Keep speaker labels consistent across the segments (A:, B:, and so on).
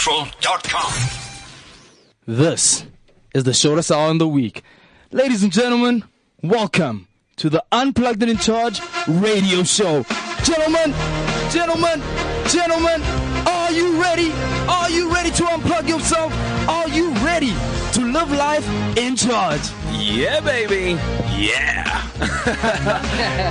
A: CliffCentral.com.
B: This is the shortest hour in the week. Ladies and gentlemen, welcome to the Unplugged and in Charge radio show. Gentlemen, gentlemen, gentlemen, are you ready? Are you ready to unplug yourself? Are you ready to live life in charge?
C: Yeah, baby. Yeah.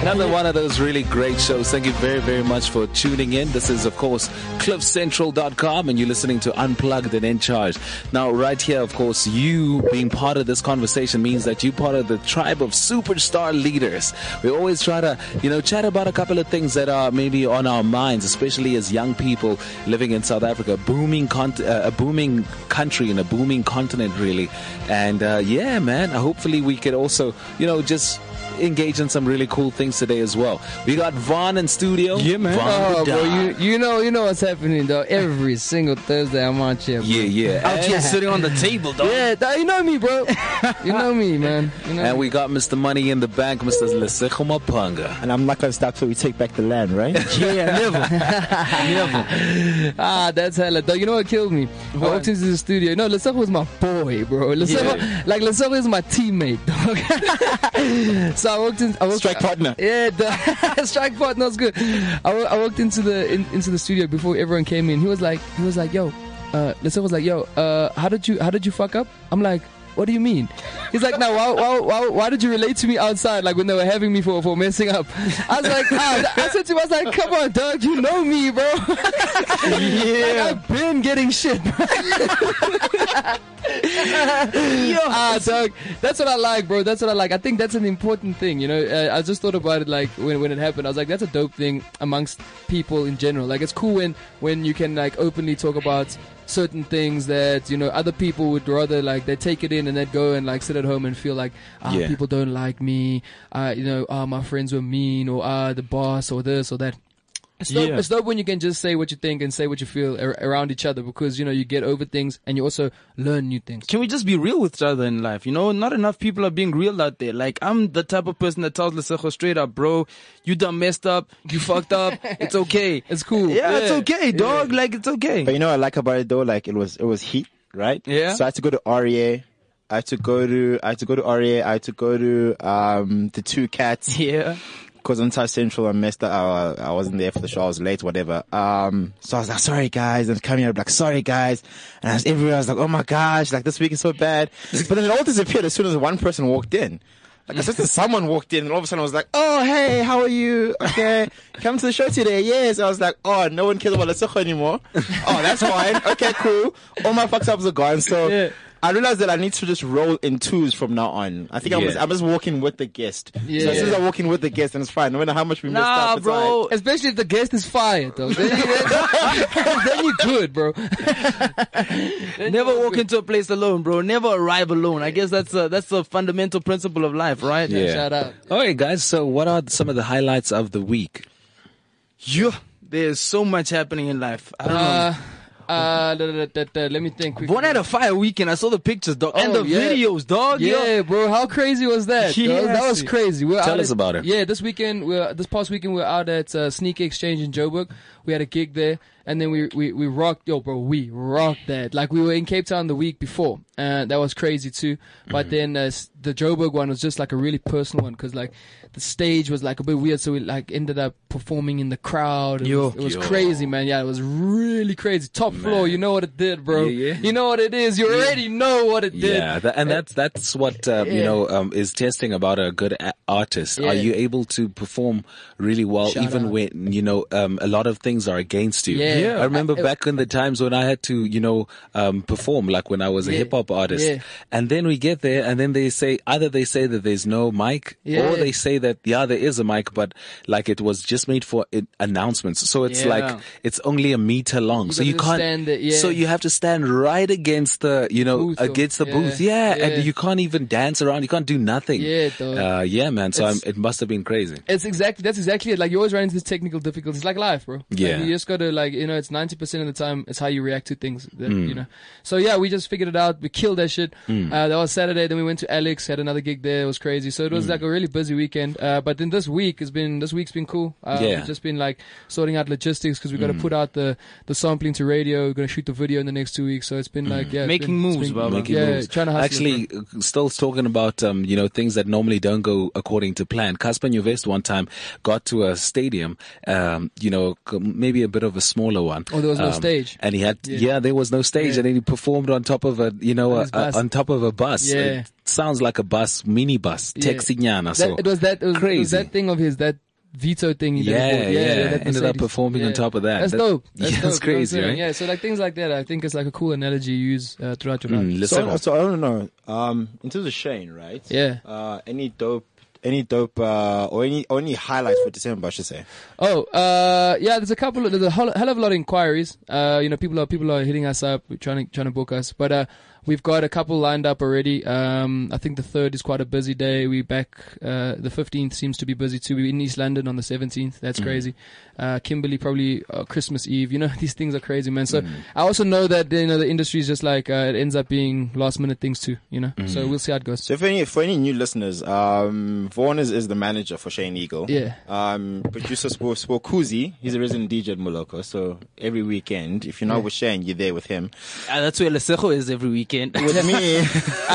C: Another one of those really great shows. Thank you very, very much for tuning in. This is, of course, cliffcentral.com, and you're listening to Unplugged and In Charge. Now, right here, of course, you being part of this conversation means that you're part of the tribe of superstar leaders. We always try to, you know, chat about a couple of things that are maybe on our minds, especially as young people living in South Africa, booming cont- uh, a booming country and a booming continent, really. And uh, yeah, man, hopefully we could also, you know, just engage in some really cool things today as well. We got Vaughn in studio.
B: Yeah, man.
C: Vaughn
D: Oh,
C: the
D: bro,
C: Dog.
D: you, you know you know what's happening though. Every single Thursday I'm out here. Bro.
C: yeah, yeah.
B: Out
C: And-
B: here Oh, sitting on the table, dog.
D: Yeah, th- you know me, bro. you know me, man. You know
C: And
D: me.
C: we got Mr. Money in the Bank, Mr. Lesejo Mapanga.
E: And I'm not going to stop till we take back the land, right?
D: ah, that's hella though. You know what killed me? I walked into the studio. No, Lesoko was my boy, bro. Lesoko, like Lesoko is my teammate, dog. so I walked in. I walked,
E: Strike partner.
D: Yeah, the strike part. No, it's good. I, wa- I walked into the in, into the studio before everyone came in. He was like, he was like, yo, uh, Lissette was like, yo, uh, how did you how did you fuck up? I'm like. What do you mean? He's like, now, why, why, why, why did you relate to me outside, like when they were having me for, for messing up? I was like, ah, I said to him, I was like, come on, dog, you know me, bro. Yeah. I've been getting shit. bro. ah, dog. That's what I like, bro. That's what I like. I think that's an important thing, you know. Uh, I just thought about it like when, when it happened. I was like, that's a dope thing amongst people in general. Like it's cool when when you can like openly talk about certain things that you know other people would rather like they take it in and they go and like sit at home and feel like ah
C: Yeah.
D: people don't like me ah you know ah my friends were mean or ah the boss or this or that it's dope,
B: Yeah.
D: it's dope when you can just say what you think and say what you feel ar- around each other because you know you get over things and you also learn new things.
B: Can we just be real with each other in life? You know, not enough people are being real out there. Like, I'm the type of person that tells Lesejo straight up, bro, you done messed up, you fucked up, it's okay.
D: It's cool.
B: Yeah, it's
D: Yeah.
B: okay, dog. Like, it's okay.
E: But you know what I like about it though? Like it was it was heat, right?
B: Yeah.
E: So I had to go to REA. I had to go to I had to go to REA. I had to go to um the two cats
B: Yeah.
E: because on South Central I messed up. I, I wasn't there for the show. I was late, whatever. Um, so I was like, sorry guys, and coming up like, sorry guys, and I was everywhere. I was like, oh my gosh, like this week is so bad. But then it all disappeared as soon as one person walked in. Like as soon as someone walked in, and all of a sudden I was like, oh hey, how are you? Okay, come to the show today. Yes. I was like, oh, no one cares about Lesotho anymore. oh, that's fine. Okay, cool. All my fucks ups are gone. So.
D: Yeah.
E: I realized that I need to just roll in twos from now on. I think I'm,
C: Yeah.
E: just, I'm just walking with the guest. So
D: Yeah.
E: as soon as I walking with the guest and it's fine. No matter how much we messed
B: Nah,
E: up, it's
B: bro.
E: alright.
D: Especially if the guest is fired, though. Then, then, then you good, bro.
B: Never walk into a place alone, bro. Never arrive alone. I guess that's a, that's a fundamental principle of life, right?
D: Shout out.
C: All right, guys. So, what are some of the highlights of the week?
B: Yeah. There's so much happening in life. I don't
D: Uh, uh, da, da, da, da, let me think.
B: know.
D: Quickly.
B: One had a fire weekend. I saw the pictures, dog, and
D: Oh,
B: the
D: yeah.
B: videos, dog.
D: yeah,
B: Yo.
D: bro. How crazy was that? dog? That was
B: Yes.
D: crazy. We're
C: Tell
D: out
C: us
D: at-
C: about it.
D: Yeah, this weekend, we're, this past weekend, we are out at uh, Sneaker Exchange in Joburg. We had a gig there, and then we, we, we rocked, yo, bro, we rocked that. Like, we were in Cape Town the week before, and that was crazy too.
C: Mm-hmm.
D: But then uh, s- the Joburg one was just like a really personal one, because like the stage was like a bit weird, so we like ended up performing in the crowd. It
B: Yo.
D: was, it was crazy, man. Yeah, it was really crazy. Top floor, you know what it did, bro.
C: Yeah, yeah.
D: You know what it is. You already know what it did.
C: Yeah, tha- and that's that's what uh, you
D: Yeah.
C: know um, is testing about a good a- artist.
D: Yeah.
C: Are you able to perform really well,
D: Shout
C: even
D: out.
C: when you know um, a lot of things are against you?
D: Yeah. Yeah.
C: I remember
D: I-
C: back in the times when I had to you know um, perform, like when I was a
D: Yeah.
C: hip hop artist,
D: Yeah.
C: and then we get there, and then they say either they say that there's no mic,
D: Yeah.
C: or they say that yeah there is a mic, but like it was just made for it, announcements, so it's
B: Yeah.
C: like it's only a meter long, so
D: gotta
C: you
D: just
C: can't.
D: stand there, yeah.
C: So you have to stand right against the you know
D: Booth or-
C: against the
D: yeah,
C: booth, yeah,
D: yeah.
C: and you can't even dance around. You can't do nothing.
D: Yeah, dog.
C: uh, yeah, man. So I'm,
D: It's-
C: it must have been crazy.
D: It's exactly that's exactly it. Like you always run into this technical difficulties, like life, bro. Like,
C: Yeah.
D: you just gotta like you know, it's 90% of the time, it's how you react to things, that,
C: Mm.
D: you know. So yeah, we just figured it out. We killed that shit. Uh, that was Saturday. Then we went to Alex, had another gig there. It was crazy. So it
C: Mm.
D: was like a really busy weekend. Uh, but then this week has been, this week's been cool. Uh,
C: Yeah. Mm.
D: We've just been like sorting out logistics because we've got to put out the, the sampling to radio. We're going to shoot the video in the next two weeks. So it's been like, yeah. it's
B: Making
D: been- it's
B: moves,
D: been-
B: Baba.
C: Mm. Making
D: yeah,
C: moves.
D: trying to hustle.
C: Actually, uh, still talking about um, you know things that normally don't go according to plan. Casper Nuvest one time got to a stadium, um, you know, c- maybe a bit of a smaller one.
D: Oh, there was no
C: um,
D: stage.
C: and he had yeah,
D: Yeah.
C: there was no stage,
D: Yeah.
C: and then he performed on top of a you know
D: On
C: a,
D: his
C: a,
D: bus.
C: on top of a bus.
D: Yeah.
C: It sounds like a bus, mini bus,
D: Yeah.
C: taxinyana.
D: That-
C: So
D: it was that it was, it was
C: crazy.
D: that thing of his that veto thing. He did
C: Yeah,
D: before.
C: yeah.
D: that
C: Ended up
D: Mercedes.
C: performing on top of that.
D: That's,
C: That-
D: dope.
C: Yeah, that's
D: That's dope. You know what I'm
C: crazy,
D: saying?
C: right?
D: Yeah, so like things like that, I think it's like a cool analogy you use uh, throughout your life.
C: Mm, listen
E: So,
C: up.
E: so I don't know. Um, in terms of Shane, right?
D: Yeah.
E: Uh, any dope, any dope, uh, or any or any highlights for December? I should say.
D: Oh, uh, yeah. There's a couple. Of, there's a whole, hell of a lot of inquiries. Uh, you know, people are people are hitting us up, trying to trying to book us. But uh, we've got a couple lined up already. Um, I think the third is quite a busy day. We back. Uh, the 15th seems to be busy too. We're in East London on the 17th.
E: Mm.
D: That's crazy. Uh, Kimberley probably uh, Christmas Eve. You know, these things are crazy, man.
E: Mm.
D: So I also know that you know the industry is just like uh, it ends up being last minute things too. You know, so we'll see how it goes.
E: Mm. So for any for any new listeners, um, Vaughn is, is the manager for Shane Eagle.
D: Yeah.
E: Um, producer Spor Sporkuzi, he's a resident DJ at Moloko. So every weekend, if you're not with Shane, you're there with him.
B: Ah, that's where Lesejo is every weekend.
E: With me,
D: uh,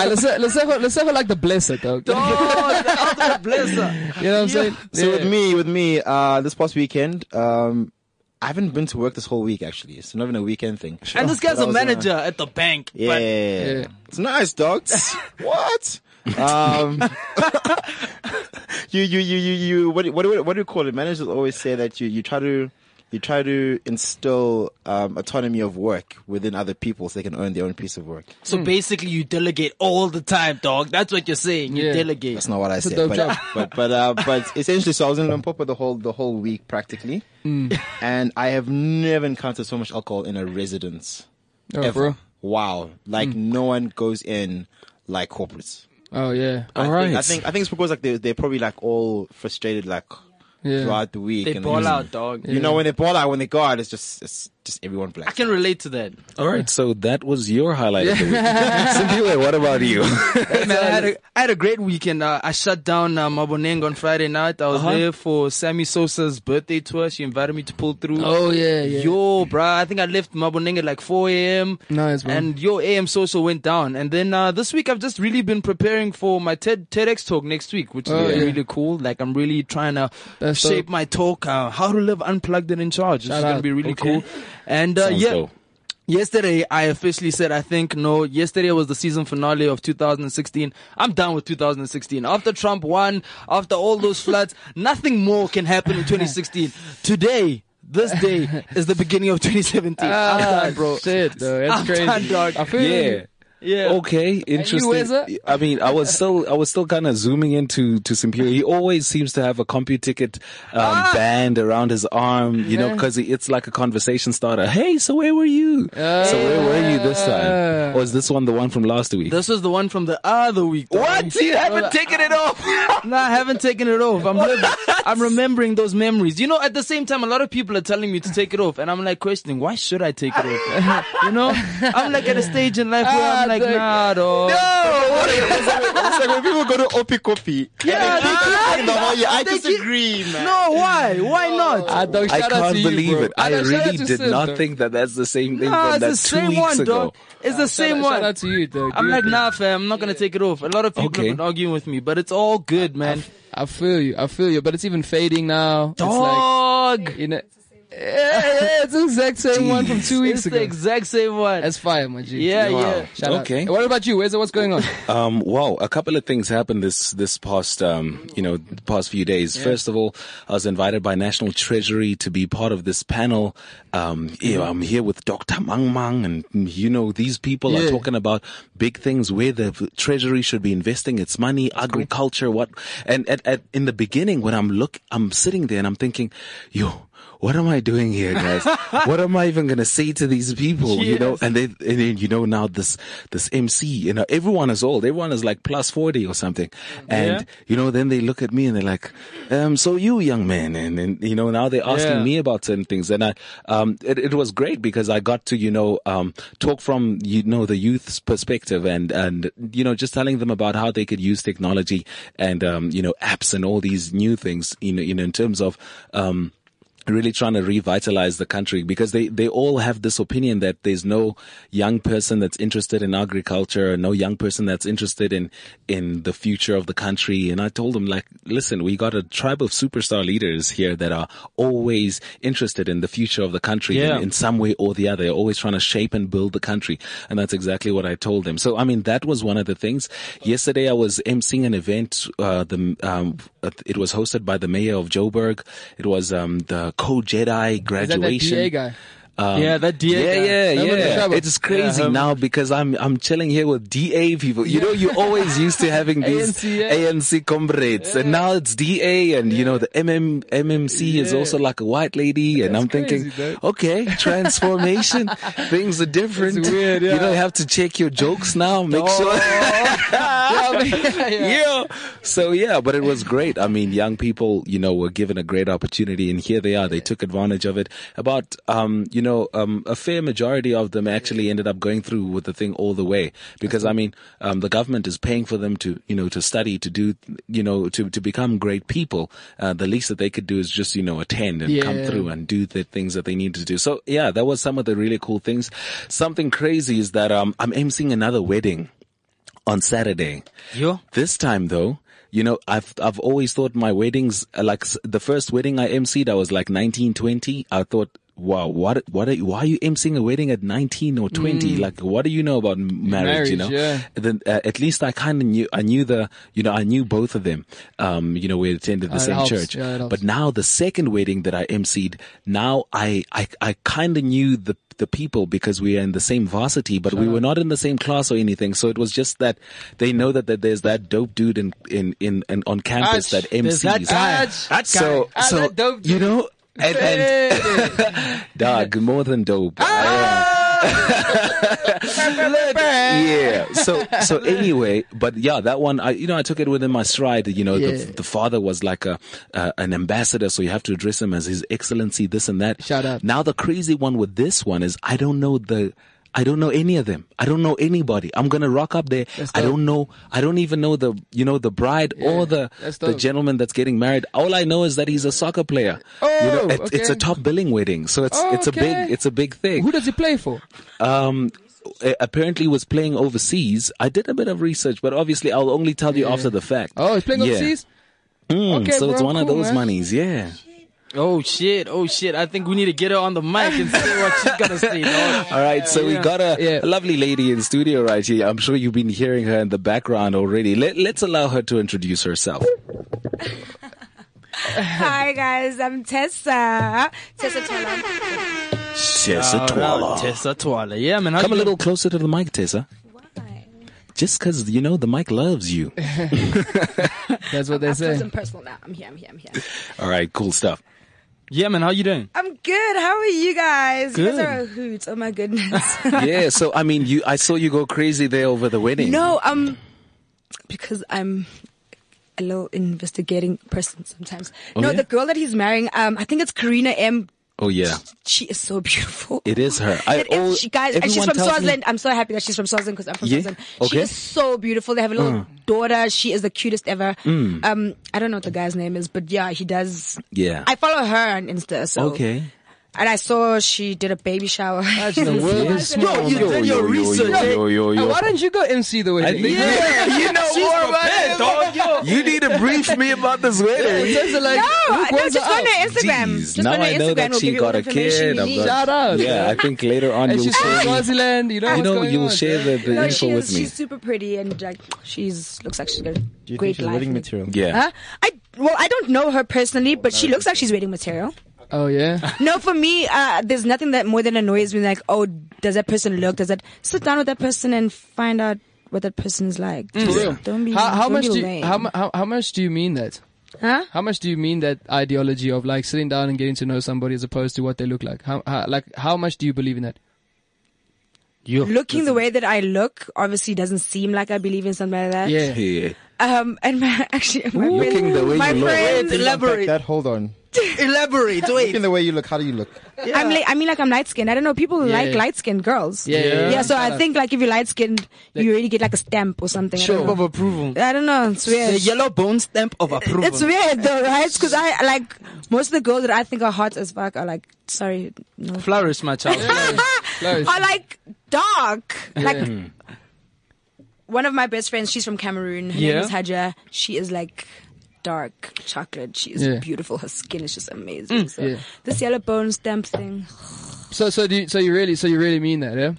D: let's let's have, a- let's have a, like the blessed dog. you know
B: Blesser.
D: what I'm saying?
E: so with
D: Yeah.
E: me, with me, uh, this past weekend, um, I haven't been to work this whole week actually. It's not even a weekend thing.
B: And this guy's
E: But I
B: a
E: was, uh,
B: manager at the bank. but-
E: Yeah.
D: Yeah.
E: It's nice, dog. what? Um, you, you, you, you, you, what, do- what, do- what do you call it? Managers always say that you, you try to, you try to instill um, autonomy of work within other people so they can own their own piece of work.
B: So basically, you delegate all the time, dog. That's what you're saying. You
D: Yeah.
B: delegate.
E: That's not what I
D: a
E: said,
D: dope
E: but,
D: job.
E: but but uh, but essentially, so I was in Limpopo the whole the whole week practically, and I have never encountered so much alcohol in a residence
D: Oh,
E: ever.
D: bro.
E: Wow, like no one goes in like corporates.
D: Oh yeah.
E: I
C: All
E: think-
C: right.
E: I think I think it's because like they they're probably like all frustrated like
D: Yeah.
E: throughout the week.
B: They
E: and
B: ball
E: then-
B: out, dog.
E: You know when they ball out, when they go out, it's just it's just everyone
B: I
E: black.
B: can relate to that.
C: All right, so that was your highlight of the week. Sindiwe, what about you?
B: Hey, man, I had a, I had a great weekend. Uh, I shut down uh, Maboneng on Friday night. I was there for Sammy Sosa's birthday tour. She invited me to pull through.
D: Oh yeah, yeah.
B: Yo, bruh, I think I left Maboneng at like 4 a.m.
D: Nice, man.
B: And your AM Sosa went down. And then uh, this week, I've just really been preparing for my TED TEDx talk next week, which is
D: Oh,
B: gonna be
D: yeah.
B: really cool. Like, I'm really trying to
D: That's
B: shape
D: dope.
B: my talk, uh, how to live unplugged and in charge. This
D: Shout
B: is going to
D: out.
B: be really
C: Okay.
B: cool. And uh,
C: Sounds
B: yeah.
C: dope.
B: Yesterday, I officially said I think no. Yesterday was the season finale of 2016. I'm done with 2016. After Trump won, after all those floods, nothing more can happen in 2016. Today, this day is the beginning of 2017. I'm done, bro.
D: Ah, Shit, though. That's
B: I'm
D: crazy.
B: done, dog.
D: I feel
C: Yeah.
D: you.
B: Yeah.
C: Okay, interesting.
D: Weza?
C: I mean, I was still, I was still kind of zooming into to Simpio. He always seems to have a compu ticket um,
B: Ah!
C: band around his arm, you know,
D: Yeah.
C: because it's like a conversation starter. Hey, so where were you? so where were you this time? Or is this one the one from last week?
B: This was the one from the other week. dog.
C: what? You haven't taken it off.
B: No, I haven't taken it off. I'm living, I'm remembering those memories. You know, at the same time, a lot of people are telling me to take it off, and I'm like questioning, why should I take it off? you know, I'm like at a stage in life where I'm like,
D: Ah, the-
B: nah, dog.
E: it's like when people go to Opie Coffee.
B: Yeah,
E: they keep
B: nah,
E: talking about you. I
B: they keep-
E: disagree, man.
B: No, why? Why not?
D: Ah, dog,
C: I
D: shout out
C: can't
D: to you,
C: believe
D: bro.
C: it. I
D: Ah, dog, shout out
C: really
D: to
C: did
D: Sim,
C: not
D: dog.
C: think that that's the same thing
B: Nah,
C: from that
B: Ah, it's the
C: two
B: same
C: weeks
B: one,
C: ago.
B: dog. It's the same
D: shout
B: one.
D: Shout out to you, dog.
B: I'm
D: Dude,
B: like, nah, fam, I'm not gonna take it off. A lot of people
C: Okay.
B: have been arguing with me, but it's all good, man.
D: I feel you. I feel you. But it's even fading now.
B: Dog,
D: It's like, you know. Yeah, yeah, it's the exact same one from
B: it's
D: two weeks
B: the
D: ago.
B: exact same one.
D: That's fire, my G.
B: yeah, yeah.
D: Shout
C: Okay.
D: Out. What about you? Where's what's going on?
C: Um, wow, a couple of things happened this this past um, you know the past few days. First of all, I was invited by National Treasury to be part of this panel. Um, you know, I'm here with Dr. Mang Mang, and you know these people are
D: Yeah.
C: talking about big things where the Treasury should be investing its money, agriculture, what. And at, at in the beginning, when I'm look, I'm sitting there and I'm thinking, yo. what am I doing here, guys? what am I even gonna say to these people? You know, and then and then you know now this this MC, you know, everyone is old, everyone is like plus forty or something, and you know, then they look at me and they're like, um, so you young man, and and you know, now they're asking
D: Yeah.
C: me about certain things, and I, um, it, it was great because I got to you know um talk from you know the youth's perspective and and you know just telling them about how they could use technology and um you know apps and all these new things, you know, you know, in terms of um really trying to revitalize the country because they, they all have this opinion that there's no young person that's interested in agriculture, no young person that's interested in, in the future of the country. And I told them like, listen, we got a tribe of superstar leaders here that are always interested in the future of the country
B: Yeah.
C: in, in some way or the other. They're always trying to shape and build the country. And that's exactly what I told them. So, I mean, that was one of the things. Yesterday I was emceeing an event, uh, the, um, it was hosted by the mayor of Joburg. It was, um, the co-Jedi
D: Is that
C: graduation.
D: that DA guy?
C: Um,
B: Yeah, that DA
C: Yeah,
B: guy.
C: yeah,
D: Remember the
C: yeah.
D: trouble?
C: It's crazy
B: Yeah, um,
C: now because I'm I'm chilling here with DA people. You know, you're always used to having these
D: ANC, yeah.
C: ANC comrades, and now it's DA, and you know the MM MMC is
D: Yeah.
C: also like a white lady, and
D: That's
C: I'm thinking,
D: crazy, though.
C: okay, transformation, things are different.
D: It's weird,
C: You don't
D: yeah. Oh.
C: have to check your jokes now. Make sure.
D: yeah, yeah.
C: Yeah. So yeah, but it was great. I mean, young people, you know, were given a great opportunity and here they are. They took advantage of it. About, um, you know, um, a fair majority of them actually ended up going through with the thing all the way because I mean, um, the government is paying for them to, you know, to study, to do, you know, to, to become great people. Uh, the least that they could do is just, you know, attend and come
D: Yeah.
C: through and do the things that they need to do. So yeah, that was some of the really cool things. Something crazy is that, um, I'm emceeing another wedding on Saturday.
B: Yo.
C: This time though, you know, I've I've always thought my weddings uh, like s- the first wedding I emceed, I was like 19, 20. I thought, wow, what what are, why are you emceeing a wedding at 19 or 20? Like, what do you know about m- marriage? you know,
D: Marriage, yeah.
C: then uh, at least I kind of knew I knew the you know I knew both of them. Um, you know, we attended the
D: it
C: same
D: helps.
C: church,
D: Yeah, it helps.
C: but now the second wedding that I emceed, now I I, I kind of knew the the people because we are in the same varsity, but we were not in the same class or anything. So it was just that they know that, that there's that dope dude in in in, in on campus
B: Ouch.
C: that
B: There's
C: MCs.
B: that guy. That guy.
C: So
D: Ah,
C: so
D: that dope
C: you know and, and dog more than dope.
D: Ah,
C: I, uh, yeah. So so anyway, but yeah, that one I you know I took it within my stride. You know,
D: Yeah.
C: the, the father was like a uh, an ambassador, so you have to address him as His Excellency, this and that.
D: Shout out.
C: Now the crazy one with this one is I don't know the. I don't know any of them. I don't know anybody. I'm gonna rock up there.
D: That's
C: I
D: dope.
C: don't know. I don't even know the you know the bride or the
D: that's
C: the
D: dope.
C: gentleman that's getting married. All I know is that he's a soccer player. you know,
D: Oh,
C: it's, it's a
D: okay.
C: top billing wedding, so it's
D: Oh,
C: it's a big
D: okay.
C: it's a big thing
D: Who does he play for?
C: um, a- apparently was playing overseas. I did a bit of research, but obviously I'll only tell you after the fact.
D: Oh, he's playing
C: Yeah.
D: overseas.
C: Mm,
D: Okay,
C: so
D: bro,
C: it's one of
D: cool,
C: those
D: man.
C: monies, yeah.
B: Oh shit! Oh shit! I think we need to get her on the mic and see what she's gonna say. dog.
C: All right, so we got a,
D: Yeah.
C: a lovely lady in studio right here. I'm sure you've been hearing her in the background already. Let, let's allow her to introduce herself.
A: Hi guys, I'm Tessa. Tessa Tolan.
C: Tessa
B: Alright, Oh, Tessa Twala. Yeah, man. how
C: Come a
B: you
C: little closer to the mic, Tessa.
A: Why?
C: Just because, you know, the mic loves you.
D: That's what they
A: I'm
D: say.
A: close and personal now. I'm here. I'm here. I'm here.
C: All right, cool stuff.
B: doing? Yeah, man. How you doing?
A: I'm good. How are you guys? You
B: Good.
A: guys are a hoot. Oh my goodness.
C: Yeah, so I mean, you, I saw you go crazy there over the wedding.
A: no, um, because I'm a little investigating person sometimes. no,
C: yeah?
A: the girl that he's marrying, um, I think it's Karina M.
C: Oh, yeah.
A: She is so beautiful.
C: It is her. I
A: It is
C: al-
A: she, guys, and she's
C: everyone
A: from
C: tells me-
A: Swaziland. I'm so happy that she's from Swaziland because I'm from
C: Yeah?
A: Swaziland.
C: Okay. Mm.
A: She is so beautiful. They have a little daughter. She is the cutest ever. Um, I don't know what the guy's name is, but yeah, he does.
C: Yeah.
A: I follow her on Insta. So
C: Okay.
A: and I saw she did a baby shower.
D: The world is small.
B: you
D: man.
B: did your research. eh?
C: Yo, yo,
D: Hey,
C: yo.
D: why don't you go MC the way?
C: think- Yeah, you know more about it, dog. You need to brief me about this wedding.
A: no, no, just go on
D: out.
A: her Instagram.
C: Jeez,
A: just go
C: now
A: on her
C: I know
A: Instagram.
C: that
A: we'll
C: she
A: give you
C: got
A: all
C: a
A: the information
C: kid.
A: You
C: I've
A: need.
C: got-
D: Shout out.
C: Yeah, I think later on
D: And
C: you'll
D: she's from
C: share,
D: Swaziland. You know,
C: you
D: what's
C: know,
D: going
C: you'll
D: on.
C: share the, the
A: No,
C: info
A: she
C: with
A: is,
C: me.
A: she's super pretty and like she's looks like she's got a
E: Do you
A: great
E: think she's
A: life.
E: wedding material?
C: Yeah.
A: Huh? I well, I don't know her personally, but she looks like she's waiting material.
D: Oh yeah.
A: No, for me, uh, there's nothing that more than annoys me. Like, oh, does that person look? Does that sit down with that person and find out what that person is like? Just
D: real.
A: Don't be.
D: Mm. How, how
A: don't
D: much
A: be
D: do you,
A: lame.
D: how, mu- how how much do you mean that?
A: Huh?
D: How much do you mean that ideology of like sitting down and getting to know somebody as opposed to what they look like? How, how like how much do you believe in that?
B: You
A: Looking the way that I look obviously doesn't seem like I believe in something like that.
D: Yeah.
C: Yeah.
A: Um, and my, actually, my
C: Looking
A: friends,
C: the way
A: my
C: you look.
A: friends
F: Please unpack
A: elaborate.
F: That hold on.
B: elaborate. Wait.
F: Look in the way you look. How do you look?
A: I'm like, I mean, like I'm light skinned. I don't know. People
D: Yeah.
A: like light skinned girls.
D: Yeah, yeah, yeah.
A: So I think like if you're light skinned, you already get like a stamp or something. I don't
B: Stamp
A: know.
B: of approval.
A: I don't know. It's weird.
B: The yellow bone stamp of approval.
A: It's weird though, right? Because I like most of the girls that I think are hot as fuck are like, sorry, no.
B: Flourish, my child.
D: Flourish.
A: are like dark. Like one of my best friends, she's from Cameroon. Her
D: Yeah.
A: name is Haja. She is like dark chocolate. She is
D: Yeah. Mm.
A: beautiful. Her skin is just amazing. so
D: yeah.
A: this yellow bone stamp thing.
D: So so do you, so you really so you really mean that? Yeah.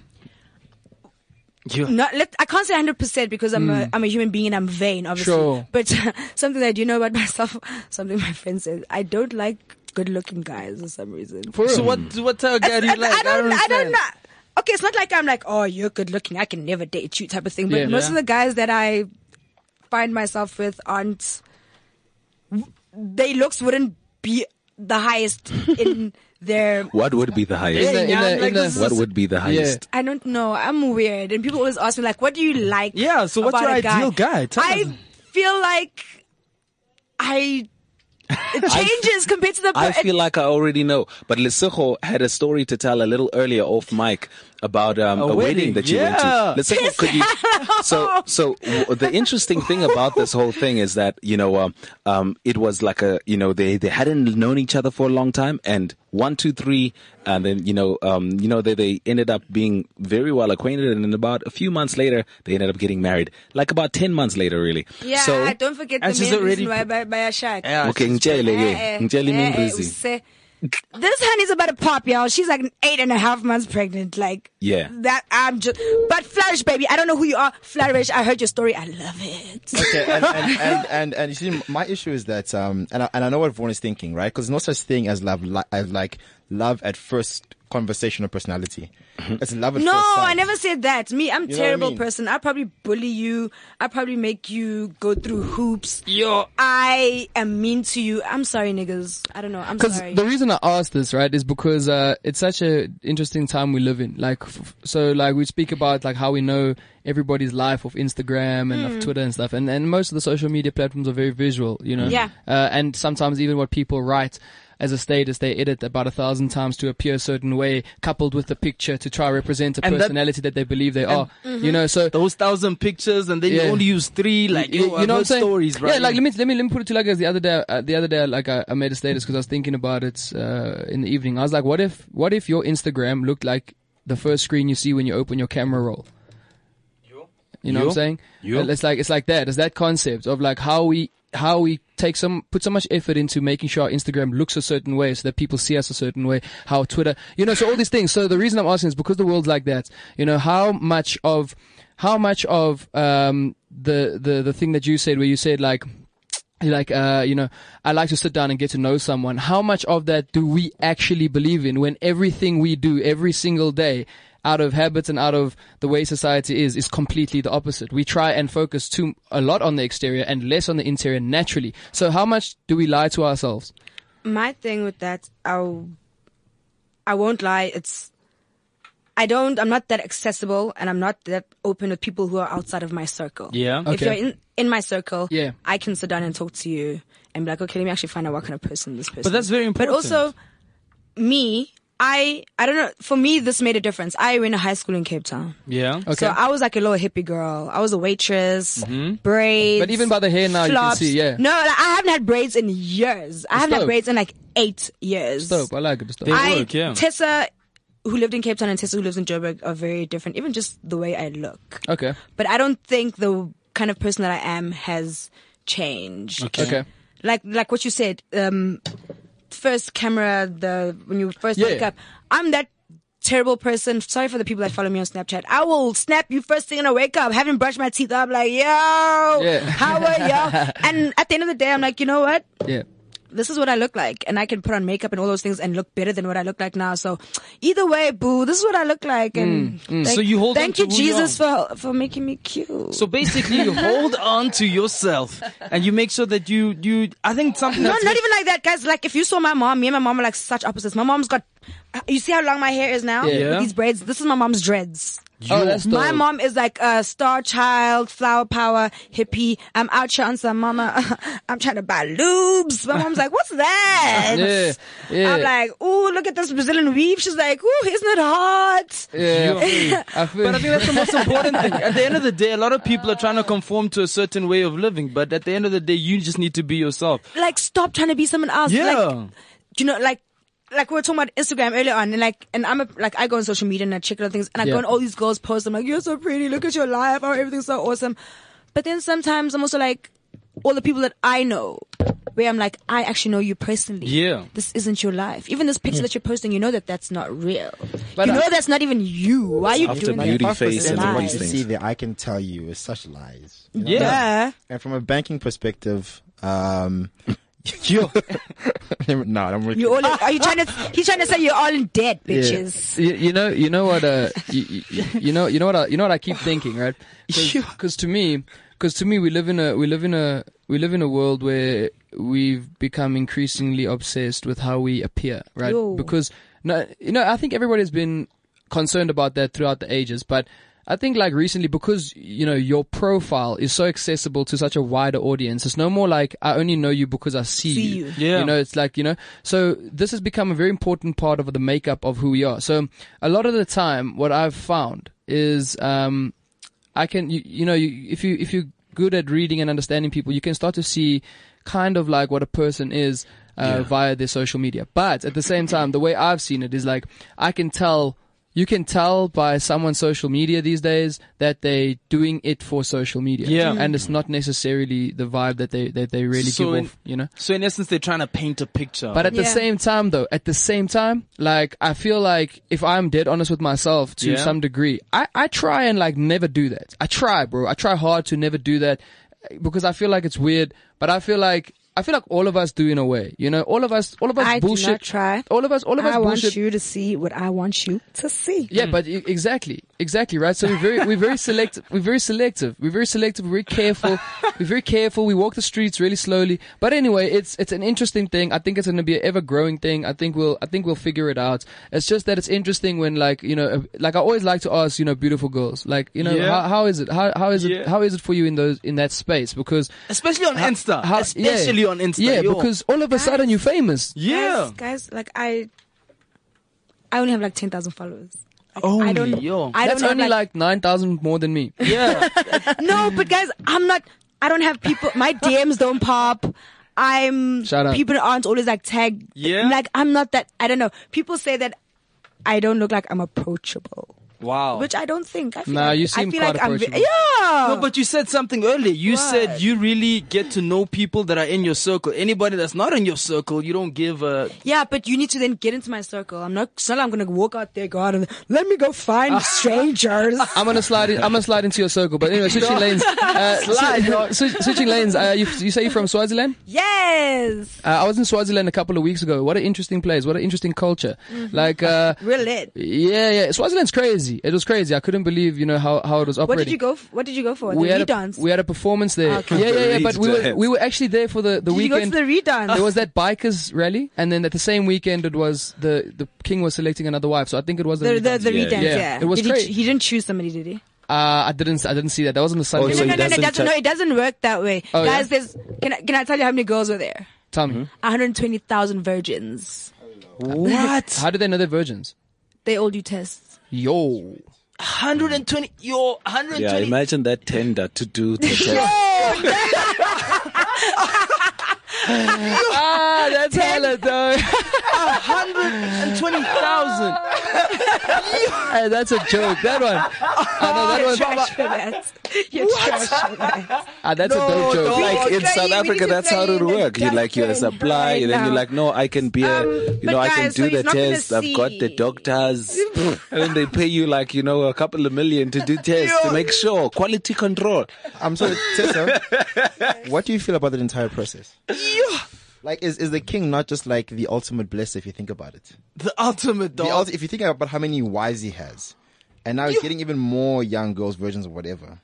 A: Not, let, I can't say 100% because I'm, a, I'm a human being and I'm vain, obviously.
D: Mm. Sure.
A: But something that I do know about myself, something my friend says, I don't like good looking guys for some reason.
B: So what? What type of guy do you like?
A: I don't, I don't
B: understand.
A: know. Okay, it's not like I'm like, oh, you're good looking. I can never date you type of thing. But
D: Yeah.
A: most
D: Yeah.
A: of the guys that I find myself with aren't. They looks wouldn't be the highest in their.
C: What would be the highest?
D: the- in
A: yeah,
D: the-
A: I'm
D: in
A: like,
D: the-
A: this is-
C: What would be the highest?
A: I don't know. I'm weird, and people always ask me like, "What do you like?"
B: Yeah, so what's
A: about
B: your
A: a
B: ideal guy? Tell
A: I
B: us.
A: feel like I. It changes compared to the.
C: I
A: per-
C: feel like I already know. But Lesego had a story to tell a little earlier off mic about um, a, wedding.
B: wedding,
C: that you
B: yeah.
C: went to. Lesego, could you? So, so w- the interesting thing about this whole thing is that you know, um, um, it was like a you know they they hadn't known each other for a long time, and one, two, three, and then you know, um, you know they they ended up being very well acquainted, and then about a few months later they ended up getting married, like about ten months later, really.
A: yeah,
C: So,
A: I don't forget the
B: and she's
A: main
B: already-
A: reason why by, by a shark.
B: Yeah,
C: okay, ngitshele ke, ngitshele
A: Eh, eh,
C: imimbrizi.
A: use- This honey's about to pop, y'all. She's like eight and a half months pregnant. Like,
C: Yeah.
A: That I'm just. But flourish, baby. I don't know who you are. Flourish. I heard your story. I love it.
F: Okay, and and, and, and and you see, my issue is that um, and I, and I know what Vaughn is thinking, right? Because no such thing as love, li- as like love at first conversational personality. It's love at
A: No,
F: first sight.
A: I never said that. Me, I'm
F: You know what I
A: terrible
F: mean?
A: person. I probably bully you. I probably make you go through hoops. Yo, I am mean to you. I'm sorry, niggas. I don't know. I'm
D: Because
A: sorry.
D: the reason I asked this, right, is because uh, it's such a interesting time we live in. Like, f- so like we speak about like how we know everybody's life of Instagram and
A: Hmm.
D: of Twitter and stuff, and and most of the social media platforms are very visual, you know.
A: Yeah.
D: Uh, and sometimes even what people write as a status, they edit about a thousand times to appear a certain way, coupled with the picture to try represent a
B: And that-
D: personality that, they believe they are.
A: Mm-hmm.
D: You know, so
B: Those thousand pictures, and then
D: Yeah.
B: you only use three. Like
D: Y-
B: you,
D: you know what I'm saying?
B: stories, right?
D: Yeah, like let me let me let me put it to you like this. The other day, uh, the other day, like I, I made a status because I was thinking about it uh, in the evening. I was like, what if what if your Instagram looked like the first screen you see when you open your camera roll? You know what I'm saying?
B: Yo.
D: It's like it's like that. It's that concept of like how we how we take some put so much effort into making sure our Instagram looks a certain way so that people see us a certain way. How Twitter, you know, so all these things. So the reason I'm asking is because the world's like that. You know, how much of how much of um the the the thing that you said where you said like like uh you know i like to sit down and get to know someone how much of that do we actually believe in when everything we do every single day out of habits and out of the way society is is completely the opposite we try and focus too a lot on the exterior and less on the interior naturally so how much do we lie to ourselves
A: my thing with that i'll i won't lie it's i don't i'm not that accessible and i'm not that open with people who are outside of my circle
B: Yeah.
A: if
D: Okay.
A: you're in in my circle
D: Yeah.
A: i can sit down and talk to you and be like okay let me actually find out what kind of person this person
B: But that's
A: is.
B: very important.
A: but also me i i don't know for me this made a difference i went to high school in cape town
B: yeah.
D: okay Mm-hmm.
A: so I was like a little hippie girl. I was a waitress, braids.
D: But even by the hair now, you can
A: flops.
D: see, yeah.
A: No, like, I haven't had braids in years. I haven't
D: dope.
A: had braids in like eight years.
D: dope i like it it's dope.
B: They-
A: I
B: work, yeah.
A: Tessa, who lived in Cape Town, and Tessa, who lives in Joburg, are very different. Even just the way I look.
D: okay
A: But I don't think the kind of person that I am has changed.
D: okay
A: Like like what you said. Um, first camera, the when you first
D: Yeah.
A: wake up, I'm that. Terrible person. Sorry for the people that follow me on Snapchat. I will snap you first thing when I wake up, haven't brushed my teeth. I'm like, yo,
D: Yeah.
A: how are y'all? and at the end of the day, I'm like, you know what?
D: yeah
A: this is what I look like, and I can put on makeup and all those things and look better than what I look like now. So, either way, boo, this is what I look like. And Thank,
B: Mm, So you hold on
A: thank
B: to
A: you,
B: who you
A: Jesus, for for making me cute.
B: So basically, you hold on to yourself, and you make sure that you you. I think something.
A: no,
B: that's
A: not even like that, guys. Like if you saw my mom, me and my mom are like such opposites. My mom's got, you see how long my hair is now
B: Yeah.
A: with these braids. This is my mom's dreads.
D: Oh, that's dope.
A: My mom is like a star child, flower power, hippie. I'm out here on some mama. I'm trying to buy lubes. My mom's like, what's that?
D: Yeah, yeah.
A: I'm like, ooh, look at this Brazilian weave. She's like, ooh, isn't it hot?
D: Yeah, I feel- I feel-
B: But I think that's the most important thing. At the end of the day, a lot of people are trying to conform to a certain way of living. But at the end of the day, you just need to be yourself.
A: Like, stop trying to be someone else. Like,
B: Yeah.
A: do you know, like, like we were talking about Instagram earlier on, and like, and I'm a, like, I go on social media and I check out things, and I
D: Yeah.
A: go on all these girls' posts. I'm like, you're so pretty, look at your life, oh, everything's so awesome. But then sometimes I'm also like, all the people that I know, where I'm like, I actually know you personally.
B: Yeah.
A: This isn't your life. Even this picture that you're posting, you know that that's not real.
D: But
A: you
D: I-
A: know that's not even you. Why are you
C: After
A: doing
C: beauty
A: that?
C: face and
A: Lies.
C: all
F: what
C: these
F: you
C: things.
F: see there, I can tell you, is such lies. You know?
B: Yeah.
A: Yeah.
F: And from a banking perspective, um, you no, I'm really
A: You all are you trying to? He's trying to say you're all in debt, bitches.
D: you, you know, you know what, uh, you, you, you know, you know what, I, you know what I keep thinking, right? Because to me, because to me, we live in a, we live in a, we live in a world where we've become increasingly obsessed with how we appear, right?
A: Yo.
D: Because no, you know, I think everybody's been concerned about that throughout the ages, but. I think like recently because you know your profile is so accessible to such a wider audience. It's no more like I only know you because I see,
A: See you.
B: Yeah.
D: You know, it's like, you know, so this has become a very important part of the makeup of who we are. So a lot of the time, what I've found is, um, I can, you, you know, you, if you, if you're good at reading and understanding people, you can start to see kind of like what a person is, uh, via their social media. But at the same time, the way I've seen it is like, I can tell, you can tell by someone's social media these days that they doing it for social media.
B: Yeah.
D: And it's not necessarily the vibe that they, that they really
B: So
D: give
B: in-
D: off, you know?
B: So in essence, they're trying to paint a picture.
D: But at the
A: Yeah.
D: same time, though, at the same time, like I feel like if I'm dead honest with myself to
B: Yeah.
D: some degree, I I try and like never do that. I try, bro. I try hard to never do that eh, because I feel like it's weird. But I feel like I feel like all of us do in a way. You know, all of us, all of us
A: I do
D: bullshit.
A: not try.
D: All of us, all of us
A: I want
D: bullshit.
A: you to see what I want you to see.
B: Mm.
D: Yeah, but e- exactly, exactly, right. So we're very, we're very selective. We're very selective. We're very selective. We're very careful. We're very careful. We walk the streets really slowly. But anyway, it's it's an interesting thing. I think it's going to be an ever growing thing. I think we'll I think we'll figure it out. It's just that it's interesting when like you know uh, like I always like to ask you know beautiful girls like you know
B: Yeah.
D: how, how is it how how is it
B: Yeah.
D: how is it for you in those in that space because
B: especially on Insta.
D: how- yeah.
B: especially on Insta.
D: yeah
B: yo.
D: because all of a sudden you're famous
B: yeah.
A: Guys, guys, like I, I only have like ten thousand followers. Like, I don't.
B: Oh, yo.
A: I
D: Oh that's
A: don't
D: only
A: have,
D: like nine thousand more than me
B: yeah.
A: no, but guys, I'm not. I don't have people. My DMs don't pop. I'm
D: Shout out.
A: people aren't always like tag.
B: Yeah.
A: like I'm not that. I don't know. People say that I don't look like I'm approachable,
B: Wow.
A: which I don't think. I feel
D: Oh. Nah,
A: like,
D: you
A: I
D: seem
A: feel
D: quite
A: like I'm. ve-
D: approachable.
A: yeah.
B: No, but you said something earlier. You said
A: What?
B: you really get to know people that are in your circle. Anybody that's not in your circle, you don't give a.
A: Yeah, but you need to then get into my circle. I'm not. It's not like I'm gonna walk out there, God, and let me go find strangers.
D: I'm gonna slide. In, I'm gonna slide into your circle. But anyway, switching lanes. Uh, swi- swi- switching lanes. Uh, you, you say you're from Swaziland?
A: Yes,
D: Uh, I was in Swaziland a couple of weeks ago. What an interesting place. What an interesting culture.
A: Mm-hmm.
D: Like, uh,
A: we're lit.
D: yeah, yeah. Swaziland's crazy. It was crazy. I couldn't believe, you know, how, how it was operating.
A: What did you go? f What did you go for?
D: We
A: the
D: had, a,
A: redance.
D: we had a performance there.
A: Okay.
D: Yeah, yeah, yeah. But we were
C: Redance.
D: we were actually there for the the
A: did you go to
D: weekend.
A: the redance?
D: there was that bikers rally, and then at the same weekend, it was the the king was selecting another wife. So I think it was the,
A: the the,
D: redance.
A: the
C: Yeah,
A: redance.
D: yeah.
A: Yeah,
D: It was
A: did he,
D: great.
A: he didn't choose somebody, did he?
D: Uh, I didn't I didn't see that. That was on the Sunday.
C: Oh,
A: No,
C: so
A: no,
C: he
A: no, no,
C: doesn't
A: it doesn't. No,
C: check-
A: it doesn't work that way,
D: Oh, yeah?
A: guys. There's. Can I, can I tell you how many girls were there?
D: Tell me.
C: Mm-hmm.
A: 120,000 virgins.
B: What?
D: How do they know they're virgins?
A: They all do tests.
D: Yo.
B: 120. Yo, 120.
C: Yeah, imagine that tender to do the job.
A: Yo,
D: Ah, that's hella though.
B: 120,000.
D: Hey, that's a joke. That one. Ah, no, that one.
A: trash for that. You're trash for that.
D: Ah, that's a
B: No,
D: dope joke.
B: no.
C: like in
A: Okay,
C: South
A: we need
C: Africa,
A: to
C: that's how
A: play
C: it
A: the
C: work. You like you
A: doctor
C: apply,
A: right
C: and then you're
A: now.
C: like, no, I can be a,
A: Um,
C: you
A: but
C: know, I can
A: guys,
C: do
A: so
C: the
A: he's not gonna
C: test. I've got the
A: see.
C: doctors, and then they pay you like you know a couple of million to do tests to make sure quality control.
F: I'm sorry, Tessa. what do you feel about that entire process? Like, is, is the king not just like the ultimate bliss if you think about it?
B: The ultimate
F: The
B: dog.
F: ult- if you think about how many wives he has, and now he's getting even more young girls' versions of whatever.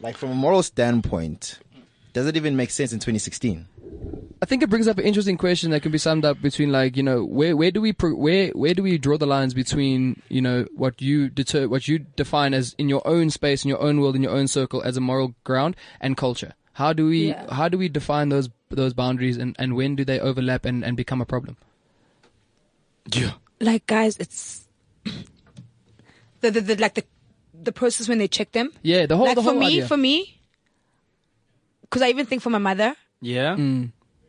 F: Like, from a moral standpoint, does it even make sense in 2016?
D: I think it brings up an interesting question that can be summed up between like you know where where do we pro- where where do we draw the lines between you know what you deter what you define as in your own space in your own world in your own circle as a moral ground and culture how do we
A: Yeah.
D: how do we define those those boundaries and, and when do they overlap and, and become a problem
B: yeah.
A: like guys, it's the, the, the like the the process when they check them.
D: yeah the whole
A: like
D: the whole
A: for me,
D: idea
A: for me, because I even think for my mother,
B: Yeah.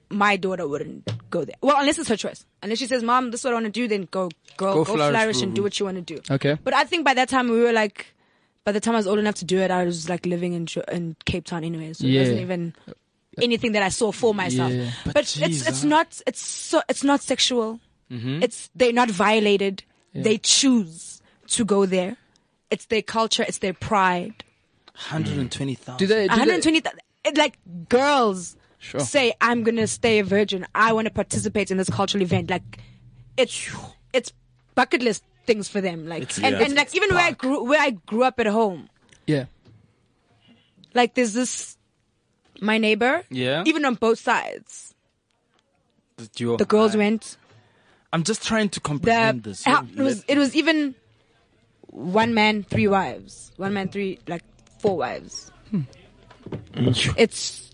A: my daughter wouldn't go there. Well, unless it's her choice. Unless she says, "Mom, this is what I want to do," then go,
B: Go
A: go, go,
B: flourish,
A: flourish, and
B: boo-boo.
A: do what you want to do.
D: mm-hmm. okay
A: But I think by that time we were like, by the time I was old enough to do it, I was like living in Jo- in Cape Town anyway, so
D: Yeah.
A: it wasn't even anything that I saw for myself.
D: Yeah.
A: But,
B: geez,
A: it's it's
B: huh?
A: not it's so it's not sexual.
D: Mm-hmm.
A: It's they're not violated. They choose to go there. It's their culture. It's their pride.
B: 120,000.
D: do they do
A: One hundred
D: they,
A: twenty. Like girls
D: Sure.
A: say, I'm gonna stay a virgin. I want to participate in this cultural event. Like it's it's bucket list things for them. Like
C: It's-
A: and,
C: yeah.
A: and like even where I grew where I grew up at home.
D: yeah
A: Like there's this my neighbor.
B: Yeah.
A: Even on both sides,
B: Your-
A: the girls
B: I-
A: went.
B: I'm just trying to
A: The
B: comprehend this.
A: how- it was it was even one man three wives. One man three like four wives. It's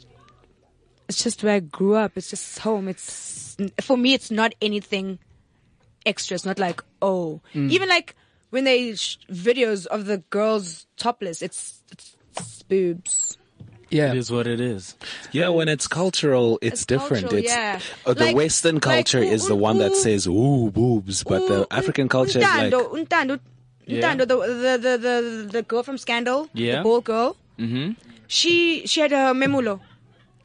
A: it's just where I grew up. It's just home. It's for me. It's not anything extra. It's not like oh, even like when they sh- videos of the girls topless. It's it's, it's boobs.
D: yeah
B: it is what it is.
C: Yeah, when it's cultural, it's,
A: It's
C: different.
A: cultural,
C: it's
A: yeah.
C: uh, the
A: Like-
C: Western
A: like,
C: culture
A: ooh,
C: is the
A: ooh,
C: one that
A: ooh.
C: says "ooh boobs," but the
A: Ooh,
C: African
A: un-
C: culture is like
A: untando, untando, untando, the, the, the, the, the girl from Scandal,
B: Yeah.
A: the bald girl.
D: Mm-hmm.
B: Mhm.
A: She she had a memulo.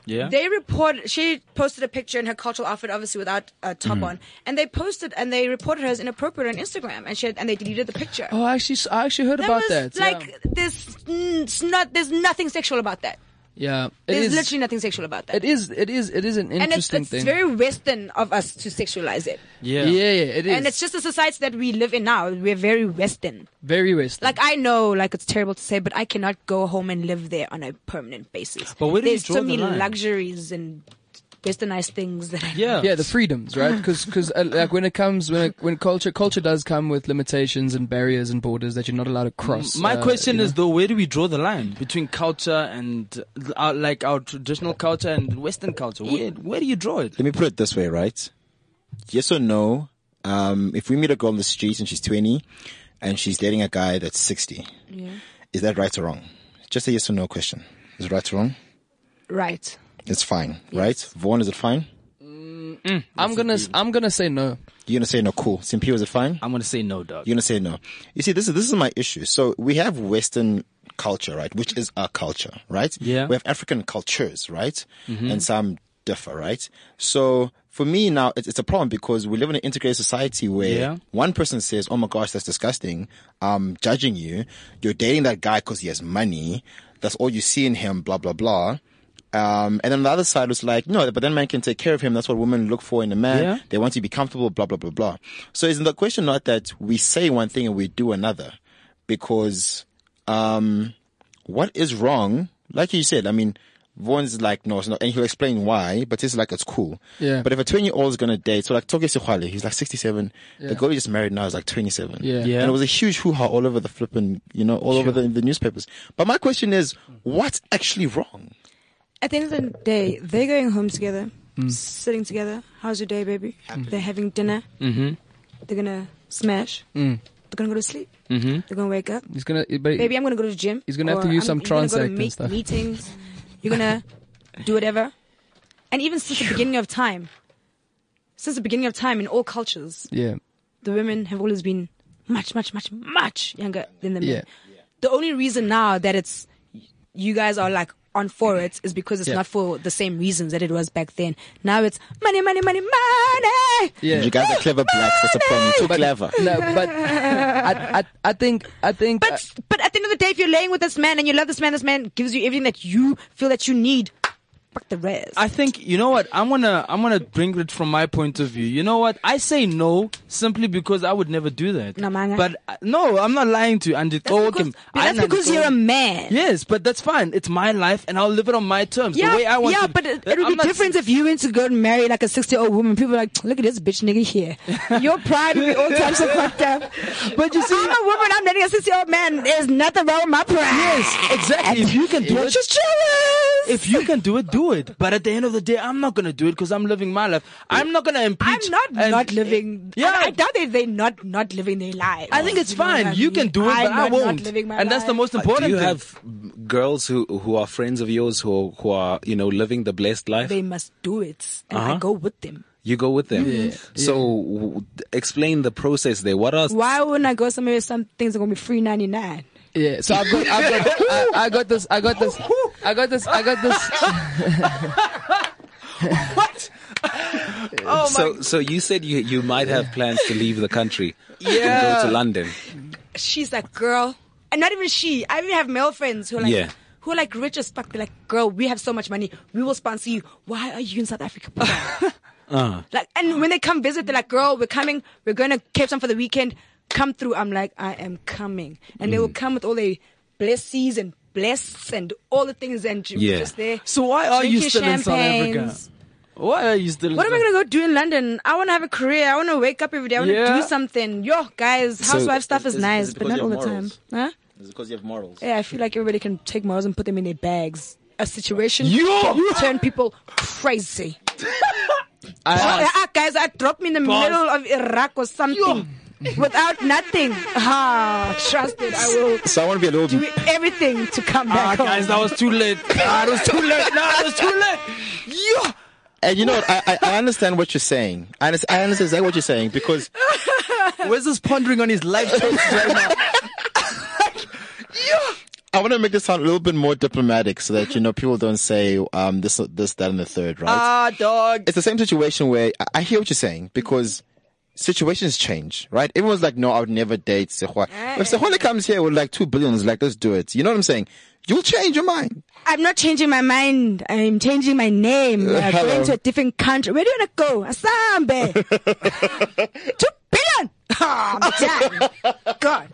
B: Yeah.
A: They reported she posted a picture in her cultural outfit, obviously without a
D: Mm-hmm.
A: top on, and they posted and they reported her as inappropriate on Instagram, and she had, and they deleted the picture.
D: oh I actually s- I actually heard
A: that
D: about that
A: was like this. It's not. There's nothing sexual about that.
D: yeah, yeah. it
A: There's
D: is
A: literally nothing sexual about that.
D: it is it is it is an
A: and it's,
D: interesting
A: it's
D: thing
A: very Western of us to sexualize it.
B: yeah.
D: yeah yeah it is
A: And it's just the society that we live in now. We're very Western.
D: very wasteful
A: Like I know, like it's terrible to say, but I cannot go home and live there on a permanent basis.
B: But where do you
A: There's
B: draw
A: so
B: the
A: many
B: line?
A: luxuries and westernized things that I
B: Yeah.
D: yeah the freedoms right because uh, like when it comes when it, when culture culture does come with limitations and barriers and borders that you're not allowed to cross
B: My
D: uh,
B: question
D: you
B: is though, where do we draw the line between culture and uh, our, like our traditional culture and Western culture? Where where do you draw it?
E: Let me put it this way, right? Yes or no? Um, if we meet a girl on the street and she's 20 and she's dating a guy that's 60, is that right or wrong? Just a yes or no question. Is it right or wrong?
A: right.
E: It's fine, right? Vaughn, is it fine?
D: know? i'm gonna s- i'm gonna say no
E: You're gonna say no, cool. Simpio, is it fine?
B: I'm gonna say no, dog.
E: You're gonna say no. You see, this is this is my issue. So we have Western culture, right, which is our culture, right?
B: Yeah. Mm-hmm.
E: We have African cultures, right, and some differ, right? So for me now, it's, it's a problem because we live in an integrated society where
B: Yeah.
E: one person says, "Oh my gosh, that's disgusting," I'm judging you. You're dating that guy because he has money. That's all you see in him. Blah blah blah. Um, and then the other side was like, no, but then man can take care of him. That's what women look for in a man.
B: Yeah.
E: They want you to be comfortable, blah, blah, blah, blah. So isn't the question not that we say one thing and we do another? Because, um, what is wrong? Like you said, I mean, Vaughn's like, no, it's not, and he'll explain why, but it's like, it's cool.
D: Yeah.
E: But if a 20 year old is going to date, so like Toge Sihwale, he's like 67. The girl he just married now is like 27.
D: Yeah.
B: Yeah.
E: And it was a huge hoo ha all over the flipping, you know, all over the, the newspapers. But my question is, what's actually wrong?
A: At the end of the day, they're going home together, sitting together. How's your day, baby? They're having dinner. Mm-hmm. They're gonna smash. They're gonna go to sleep. Mm-hmm. They're gonna wake up.
D: he's gonna but
A: Baby, I'm gonna go to the gym.
D: He's gonna have
A: or
D: to use some
A: I'm, you're gonna go to
D: Transact and
A: meet-
D: stuff.
A: Meetings. You're gonna do whatever. And even since the beginning of time, since the beginning of time in all cultures,
D: yeah
A: the women have always been much, much, much, much younger than the men.
D: Yeah.
A: The only reason now that it's you guys are like on for it is because it's
D: Yeah.
A: not for the same reasons that it was back then. Now it's money, money, money, money.
D: yeah
E: You guys are clever blacks. That's a problem. You're too clever.
D: no but I, I i think i think uh,
A: But but at the end of the day, if you're laying with this man and you love this man, this man gives you everything that you feel that you need. fuck the rest.
B: I think you know what I'm gonna I'm gonna bring it from my point of view. You know what I say no simply because I would never do that.
A: No, man.
B: But uh, no, I'm not lying to you. And
A: that's because, but that's because you're a man.
B: Yes, but that's fine. It's my life, and I'll live it on my terms,
A: Yeah,
B: the way I want.
A: yeah,
B: to.
A: but it,
B: That-
A: it'll
B: I'm
A: be
B: not-
A: different if you went to go and marry like a sixty-year-old woman. People are like, look at this bitch nigga here. Your pride will be all types of fucked up.
B: But you see-
A: I'm a woman. I'm dating a sixty-year-old man. There's nothing wrong with my pride. Yes,
B: Exactly. If you can do it,
A: Just jealous.
B: if you can do it, do it. But at the end of the day, I'm not gonna do it because I'm living my life. I'm not gonna impeach.
A: I'm not
B: and-
A: not living.
B: Yeah.
A: I, I doubt that they're not not living their life.
B: I think it's
A: know what
B: fine.
A: I
B: You
A: mean?
B: can do it, but
A: I'm
B: I
A: not not
B: won't.
A: living my
B: and that's the
A: life.
B: most
C: Uh,
B: important
C: Do you
B: thing.
C: have girls who who are friends of yours who who are you know living the blessed life?
A: They must do it, and I
C: Uh-huh.
A: go with them.
C: you go with them. So w- explain the process there. What are
A: Why wouldn't I go somewhere? Where some things are gonna be free ninety nine.
D: Yeah, so I've got, I've got, I, I got this, I got this, I got this, I got this.
C: so so you said you you might have plans to leave the country. And
B: Yeah.
C: go to London.
A: She's like, girl, and not even she. I even have male friends who are like.
C: Yeah.
A: Who are like rich as fuck? They're like, girl, we have so much money. We will sponsor you. Why are you in South Africa? bro?"
C: Uh.
A: Like, and when they come visit, they're like, girl, we're coming. We're going to Cape Town for the weekend. Come through. I'm like, I am coming. And
C: Mm.
A: they will come with all their blessies and blessed and all the things. And you-
C: Yeah.
A: just there.
B: So why are you
A: drinking
B: still in South Africa?
A: champagnes.
B: Why are you still?
A: What am I going to go do in London? I want to have a career. I want to wake up every day. I want to
B: Yeah.
A: do something. Yo, guys, housewife stuff
E: is-
A: is,
E: is it
A: nice, but
E: because
A: not
E: you
A: all the
E: have morals?
A: time. Huh?
E: It's because you have morals.
A: Yeah, I feel like everybody can take morals and put them in their bags. A situation
B: Yo!
A: can turn people crazy.
D: I,
A: Oh, ah, guys, I dropped me in the middle of Iraq or something without nothing. Ah, trust it, I will
F: So I want to be a little.
A: do everything to come
B: Ah,
A: back home.
B: guys, that was too late. Ah, it was too late. No, it was too late. Yeah.
F: And you know what? I, I, I understand what you're saying. I understand, I understand exactly what you're saying because
B: Where's this pondering on his life choices right now?
F: I want to make this sound a little bit more diplomatic so that you know people don't say um this this that and the third, right?
B: Ah, dog.
F: it's the same situation where I, I hear what you're saying because situations change, right? Everyone's like, no, I would never date Sehwa.
A: Eh.
F: If Sehwa comes here with like two billions, like, let's do it. You know what I'm saying? You'll change your mind.
A: I'm not changing my mind. I'm changing my name. We are
F: hello.
A: going to a different country. Where do you want to go? Asambe. Two billion. Ah, I'm done. God.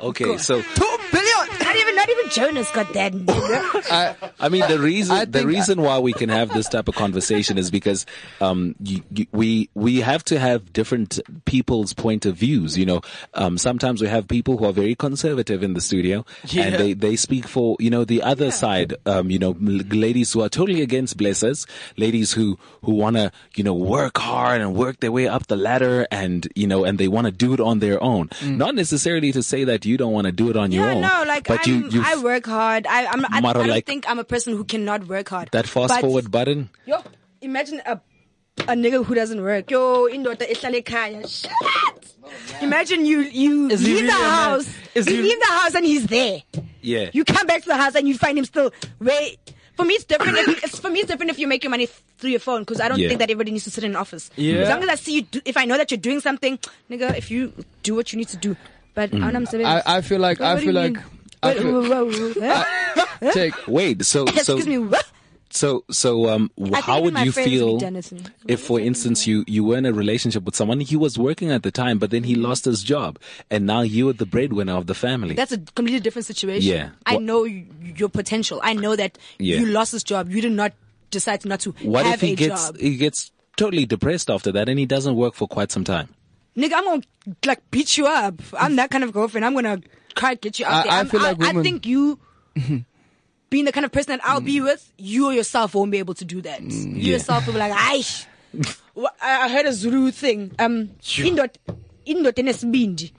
C: Okay, so
A: Two billion. Not even, not even Jonas got that. nigga.
C: I mean, the reason
D: I
C: the
D: think-
C: reason why we can have this type of conversation is because um, you, you, we we have to have different people's point of views. You know, um, sometimes we have people who are very conservative in the studio, and they they speak for you know the other side. Um, you know, l- ladies who are totally against blessers, ladies who who want to you know work hard and work their way up the ladder, and you know, and they want to do it on their own. Not necessarily to say that you don't want to do it on your
A: Mm. yeah,
C: own.
A: no, like
C: but
A: I'm,
C: you you
A: I work hard. I, I'm, I, I
C: Mara,
A: don't
C: like-
A: think I'm a person who cannot work hard.
C: that fast
A: But-
C: forward button.
A: Yo, imagine a a nigga who doesn't work. Yo, indoda ehlale ekhaya. Shit. Imagine you you
B: Is he
A: leave the
B: really a man?
A: house.
B: Is he-
A: you leave the house and he's there.
C: Yeah.
A: You come back to the house and you find him still wait. For me, it's different. If, it's, for me, it's different if you make your money through your phone because I don't
C: Yeah.
A: think that everybody needs to sit in an office.
B: Yeah.
A: As long as I see you, do, if I know that you're doing something, nigga, if you do what you need to do. But I don't know.
D: I, I feel like, I feel like, I feel, check,
C: Wait, so so
A: Excuse me. what?
C: so so um wh-
A: I think
C: how
A: even
C: would
A: my
C: you
A: friends would be
C: feel
A: done it to me.
C: if for instance you you were in a relationship with someone he was working at the time but then he
A: Mm-hmm.
C: lost his job and now you are the breadwinner of the family.
A: That's a completely different situation.
C: Yeah.
A: I
C: What-
A: know y- your potential. I know that
C: Yeah.
A: you lost this job. You did not decide not to
C: what
A: have
C: if he
A: a
C: gets
A: job.
C: he gets totally depressed after that and he doesn't work for quite some time?
A: Nigga, I'm gonna like beat you up. I'm that kind of girlfriend. I'm gonna try to get you out
D: I-
A: there.
D: I
A: I'm-
D: feel like
A: I,
D: women- Mm.
A: think you being the kind of person that I'll be with, you yourself won't be able to do that. You yourself will be like, I I I heard a Zulu thing. Um indot indot enesibindi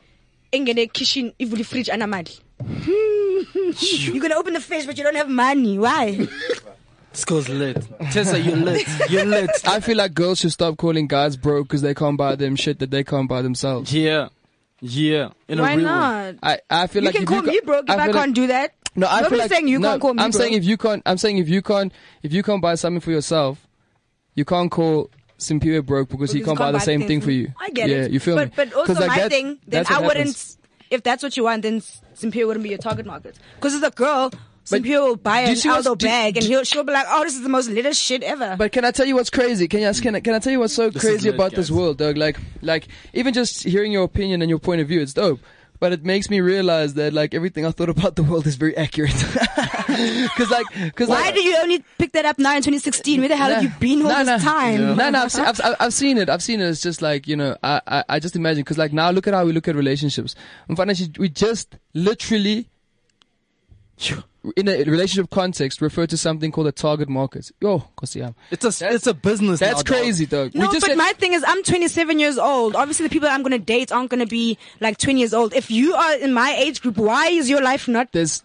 A: engene kitchen ivule fridge anamali. You're gonna open the fridge but you don't have money. Why?
B: This girl's lit. Tessa, you're lit. You're lit.
D: I feel like girls should stop calling guys broke because they can't buy them shit that they can't buy themselves.
B: Yeah. Yeah. In a
A: Why
B: real
A: not?
D: I, I feel
A: You
D: like
A: can
D: if
A: call
D: you ca-
A: me broke if I,
D: feel
A: can't
D: like-
A: do that.
D: No, I
A: Nobody's
D: feel like
A: saying you
D: no,
A: can't call me
D: I'm
A: broke.
D: saying if you can't, I'm saying if you can't, if you can't buy something for yourself, you can't call Simpiwe broke because, he can't, buy the same
A: things.
D: thing for you.
A: I get
D: yeah,
A: it.
D: You feel
A: but,
D: me?
A: But also
D: 'Cause, like,
A: my
D: that-
A: thing, then
D: that's
A: I
D: what happens.
A: wouldn't. If that's what you want, then Simpia wouldn't be your target market. Because as a girl, Some people will buy an
D: you see what's-
A: Aldo
D: do-
A: bag and he'll, she'll be like, oh, this is the most little shit ever.
D: But can I tell you what's crazy? Can I can I, can I tell you what's so crazy
C: lit,
D: about this
C: guys.
D: world, Doug? Like like even just hearing your opinion and your point of view, it's dope. But it makes me realize that like everything I thought about the world is very accurate. Because like because
A: Why
D: like,
A: do you only pick that up now in 2016? Where the hell have you been all
D: no,
A: this
D: no.
A: time?
D: No, no, I've, se- I've, I've- I've seen it. I've seen it. It's just like, you know, I, I, I just imagine, because like now look at how we look at relationships. And financially, we just literally, in a relationship context, refer to something called a target market. Yo, Kosiyam.
B: It's a it's a business.
D: That's
B: now, dog.
D: crazy, Doug.
A: No,
D: we just
A: but
D: said-
A: my thing is, I'm 27 years old. Obviously, the people I'm going to date aren't going to be like 20 years old. If you are in my age group, why is your life not
D: there's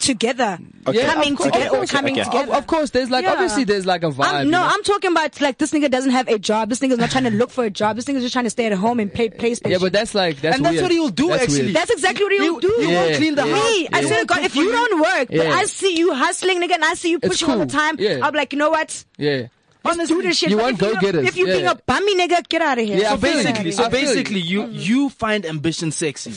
A: together?
D: Yeah,
A: coming
D: of course.
A: together,
D: Okay, okay,
A: coming
G: okay.
A: together.
D: Of, of course, there's like
A: Yeah.
D: obviously there's like a vibe.
A: I'm,
D: you
A: no,
D: know?
A: I'm talking about like this nigga doesn't have a job. This nigga's not trying to look for a job. This nigga's just trying to stay at home and play PlayStation.
D: yeah, but that's like that's
B: And that's
D: weird.
B: what he'll do,
D: That's
B: actually.
D: weird.
A: That's exactly what he'll do.
B: You won't
D: Yeah,
B: clean the
D: yeah,
B: house.
A: me. I swear to God, if you don't work, but
D: Yeah.
A: I see you hustling nigga and I see you
D: It's
A: pushing all the
D: cool.
A: time,
D: Yeah.
A: I'll be like, you know what?
D: Yeah.
A: Let's do this shit.
D: you
A: But
D: want
A: if you're-
D: go-getters.
A: If you're
D: Yeah.
A: being a bummy nigga, get out of here.
D: Yeah,
B: So
D: I feel you.
B: basically,
D: I
B: so
D: feel you.
B: basically, you you find ambition sexy.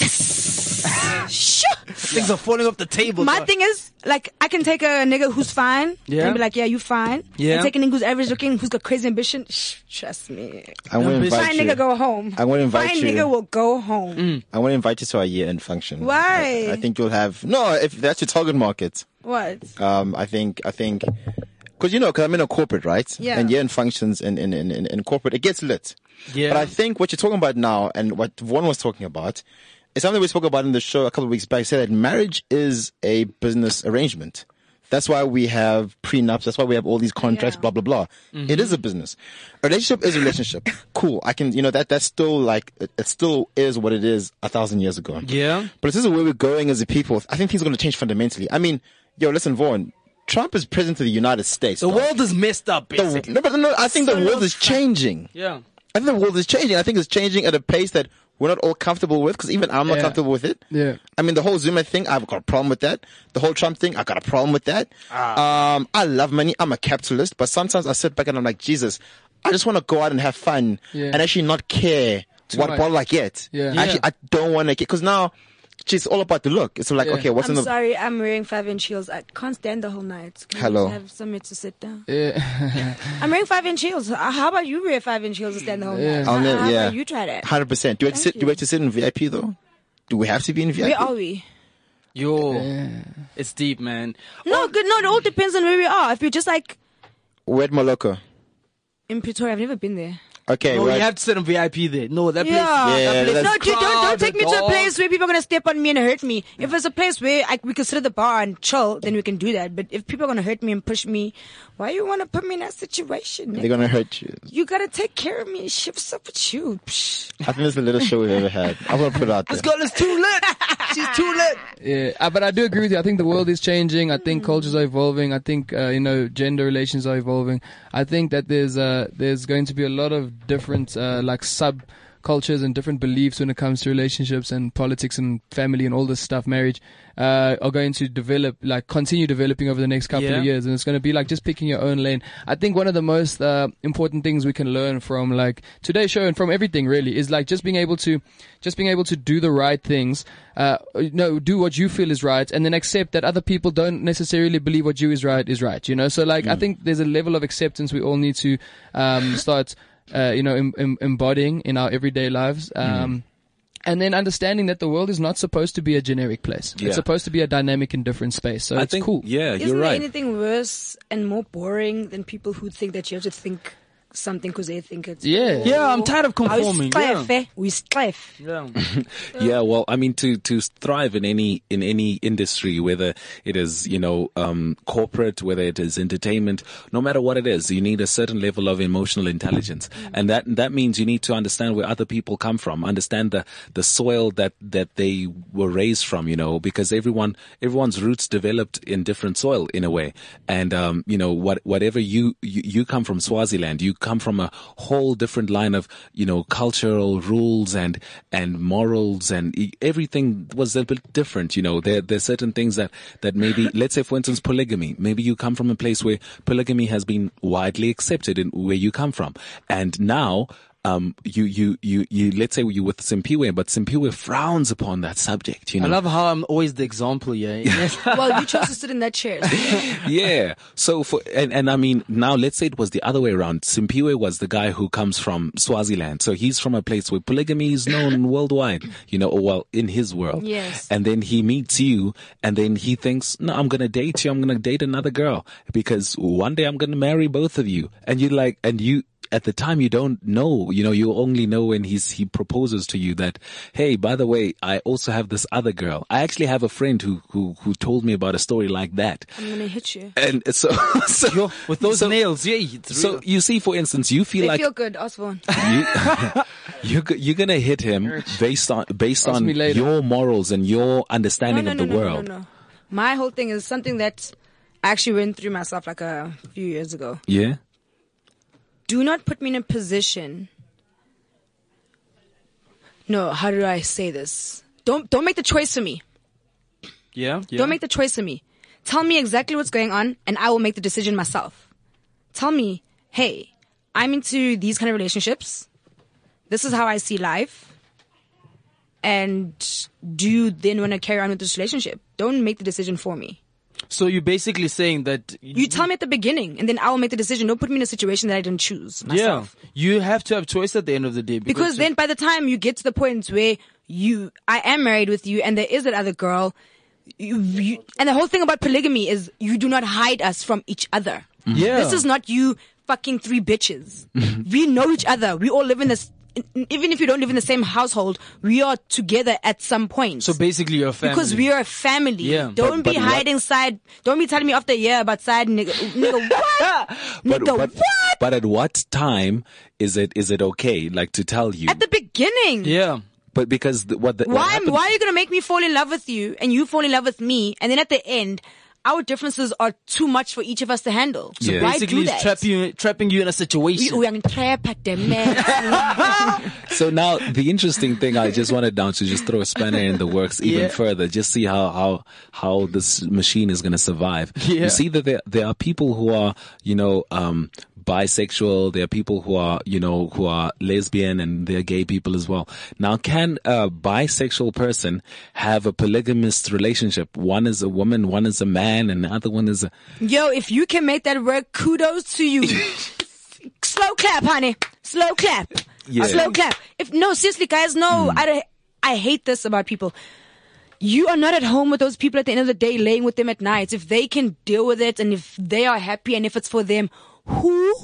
A: yes. sure.
B: Things are falling off the table.
A: My
B: dog.
A: thing is, like, I can take a nigga who's fine
B: Yeah.
A: and be like, yeah, you fine.
B: Yeah.
A: And take a nigga who's average looking, who's got crazy ambition. Shh, trust me.
E: I'm going to invite
A: Fine nigga
E: you.
A: go home.
E: I wanna invite
A: fine
E: you.
A: nigga will go home.
D: Mm.
E: I want to invite you to our year-end function.
A: Why?
E: I, I think you'll have no. If that's your target market,
A: What?
E: um, I think I think because you know because I'm in a corporate, right?
A: Yeah.
E: And year-end functions in in, in in in corporate, it gets lit.
B: Yeah.
E: But I think what you're talking about now and what Vaughn was talking about is something we spoke about in the show a couple of weeks back. Say that marriage is a business arrangement. That's why we have prenups. That's why we have all these contracts,
A: Yeah.
E: blah, blah, blah. It
B: Mm-hmm.
E: is a business. A relationship is a relationship. cool. I can, you know, that, that's still like, it, it still is what it is a thousand years ago.
B: Yeah.
E: But if this is where we're going as a people, I think things are going to change fundamentally. I mean, yo, listen, Vaughn, Trump is president of the United States.
B: the
E: dog.
B: world is messed up.
E: The-
B: Basically.
E: no, but no, I think the world is changing.
B: yeah.
E: I think the world is changing. I think it's changing at a pace that we're not all comfortable with because even I'm not
D: Yeah.
E: comfortable with it.
D: Yeah.
E: I mean, the whole Zuma thing, I've got a problem with that. The whole Trump thing, I've got a problem with that.
D: Ah.
E: Um, I love money. I'm a capitalist, but sometimes I sit back and I'm like, Jesus, I just want to go out and have fun
D: Yeah.
E: and actually not care what
D: much.
E: bottle I get.
D: Yeah.
E: Actually, I don't want to get, because now, gee, it's all about the look. It's like,
D: Yeah.
E: okay, what's
A: I'm
E: in the.
A: sorry, I'm wearing five inch heels. I can't stand the whole night. Can I
E: Hello.
A: just Have somewhere to sit down.
D: Yeah.
A: I'm wearing five inch heels. Uh, How about you wear five inch heels and stand the whole
D: Yeah.
A: night?
E: I'll
A: How-
E: never-
A: how
E: yeah.
A: about you try that?
E: 100%. Do we, have to
A: Thank
E: sit, do
A: you.
E: we have to sit in VIP though? Do we have to be in VIP?
A: Where are we?
B: Yo, it's deep, man.
A: No, good. No, it all depends on where we are. If you're just like
E: We're at Maloko.
A: in Pretoria, I've never been there.
E: Okay,
B: No,
E: we're
B: Oh, you
E: at-
B: have to sit on VIP there. No, that
A: Yeah.
B: place.
E: Yeah,
B: that place
E: that's-
A: No,
B: is
A: dude, don't, don't
B: crowded,
A: take me to a
B: dog.
A: place where people are gonna step on me and hurt me. If it's a place where I, we can sit at the bar and chill, then we can do that. But if people are gonna hurt me and push me, why you wanna put me in that situation?
E: they're
A: nigga?
E: going to hurt you.
A: You gotta take care of me. Shit, what's up with you? Psh.
E: I think it's the littlest show we've ever had. I'm gonna put it out there.
B: This girl is too lit. She's too lit.
D: Yeah, uh, but I do agree with you. I think the world is changing. I think cultures are evolving. I think uh, you know gender relations are evolving. I think that there's uh, there's going to be a lot of different uh, like sub cultures and different beliefs when it comes to relationships and politics and family and all this stuff, marriage, uh, are going to develop like continue developing over the next couple
B: Yeah.
D: of years, and it's going to be like just picking your own lane. I think one of the most uh, important things we can learn from like today's show and from everything really is like just being able to just being able to do the right things uh you know do what you feel is right and then accept that other people don't necessarily believe what you is right is right you know so like
C: Mm.
D: i think there's a level of acceptance we all need to um start uh you know em- em- embodying in our everyday lives
C: Mm.
D: um And then understanding that the world is not supposed to be a generic place.
C: Yeah.
D: It's supposed to be a dynamic and different space. So
C: I
D: it's
C: think,
D: cool.
C: yeah,
A: Isn't
C: you're
A: there
C: right.
A: anything worse and more boring than people who think that you have to think something because they think it's
D: Yeah.
B: Yeah, I'm tired of conforming. Yeah.
A: eh? We strife.
B: Yeah.
C: Yeah, well, I mean, to to thrive in any in any industry, whether it is you know um, corporate, whether it is entertainment, no matter what it is, you need a certain level of emotional intelligence, and that that means you need to understand where other people come from, understand the the soil that that they were raised from, you know, because everyone everyone's roots developed in different soil in a way, and um, you know what whatever you, you you come from Swaziland, you come from a whole different line of you know cultural rules and and morals and e- everything was a bit different. You know, there there's certain things that that maybe let's say for instance polygamy. Maybe you come from a place where polygamy has been widely accepted in where you come from, and now um, you, you, you, you, let's say you with Simpiwe, but Simpiwe frowns upon that subject, you know.
B: I love how I'm always the example, yeah.
A: Well, you chose to sit in that chair.
C: yeah. So for and, and I mean now let's say it was the other way around. Simpiwe was the guy who comes from Swaziland. So he's from a place where polygamy is known worldwide, you know, or well in his world.
A: Yes.
C: And then he meets you and then he thinks, No, I'm gonna date you, I'm gonna date another girl because one day I'm gonna marry both of you. And you're like and you at the time you don't know you know you only know when he's he proposes to you that hey by the way i also have this other girl i actually have a friend who who who told me about a story like that
A: I'm gonna hit you.
C: and so, so
B: With those
C: so,
B: nails, yeah. It's
C: so you see for instance you feel
A: They
C: like
A: feel good, Osborne.
C: you, you're, go- you're gonna hit him based on based
D: Ask
C: on
D: me later.
C: your morals and your understanding
A: no, no,
C: of the
A: no,
C: world
A: No, no, no. My whole thing is something that I actually went through myself like a few years ago.
C: yeah
A: Do not put me in a position. No, how do I say this? Don't don't make the choice for me.
B: yeah, yeah.
A: Don't make the choice for me. Tell me exactly what's going on, and I will make the decision myself. Tell me, hey, I'm into these kind of relationships. This is how I see life. And do you then want to carry on with this relationship? Don't make the decision for me.
B: So you're basically saying that
A: You tell me at the beginning, and then I will make the decision. Don't put me in a situation that I didn't choose
B: yeah,
A: myself.
B: you have to have choice at the end of the day
A: Because then by the time you get to the point where you, I am married with you, and there is that other girl, you, you, and the whole thing about polygamy is you do not hide us from each other.
B: yeah, Mm-hmm.
A: This is not you fucking three bitches. we know each other. We all live in this. Even if you don't live in the same household, we are together at some point.
B: so basically your family.
A: Because we are a family.
B: Yeah.
A: Don't
C: But-
A: be
C: but what-
A: hiding side. Don't be telling me after a year about side nigga. nigga what?
C: but,
A: nigga
C: but,
A: what?
C: but at what time is it is it okay like to tell you
A: At the beginning.
B: yeah,
C: but because the, what the what
A: Why?
C: happened-
A: why are you gonna make me fall in love with you and you fall in love with me and then at the end, our differences are too much for each of us to handle. So
C: Yeah.
A: why
B: basically
A: do
B: it's
A: that?
B: trap you, trapping you in a
A: we,
B: situation.
A: we are gonna trap at them, man.
C: So now the interesting thing, I just wanted now to just throw a spanner in the works even
B: Yeah.
C: further, just see how, how, how this machine is going to survive.
B: Yeah.
C: You see that there, there are people who are, you know, um, bisexual. There are people who are, you know, who are lesbian and there are gay people as well. Now, can a bisexual person have a polygamous relationship? One is a woman, one is a man, and the other one is a,
A: Yo, if you can make that work, kudos to you. Slow clap, honey. Slow clap.
C: Yeah.
A: Slow clap. If no, seriously, guys, no. I don't- I hate this about people. You are not at home with those people at the end of the day, laying with them at night. If they can deal with it, and if they are happy, and if it's for them, who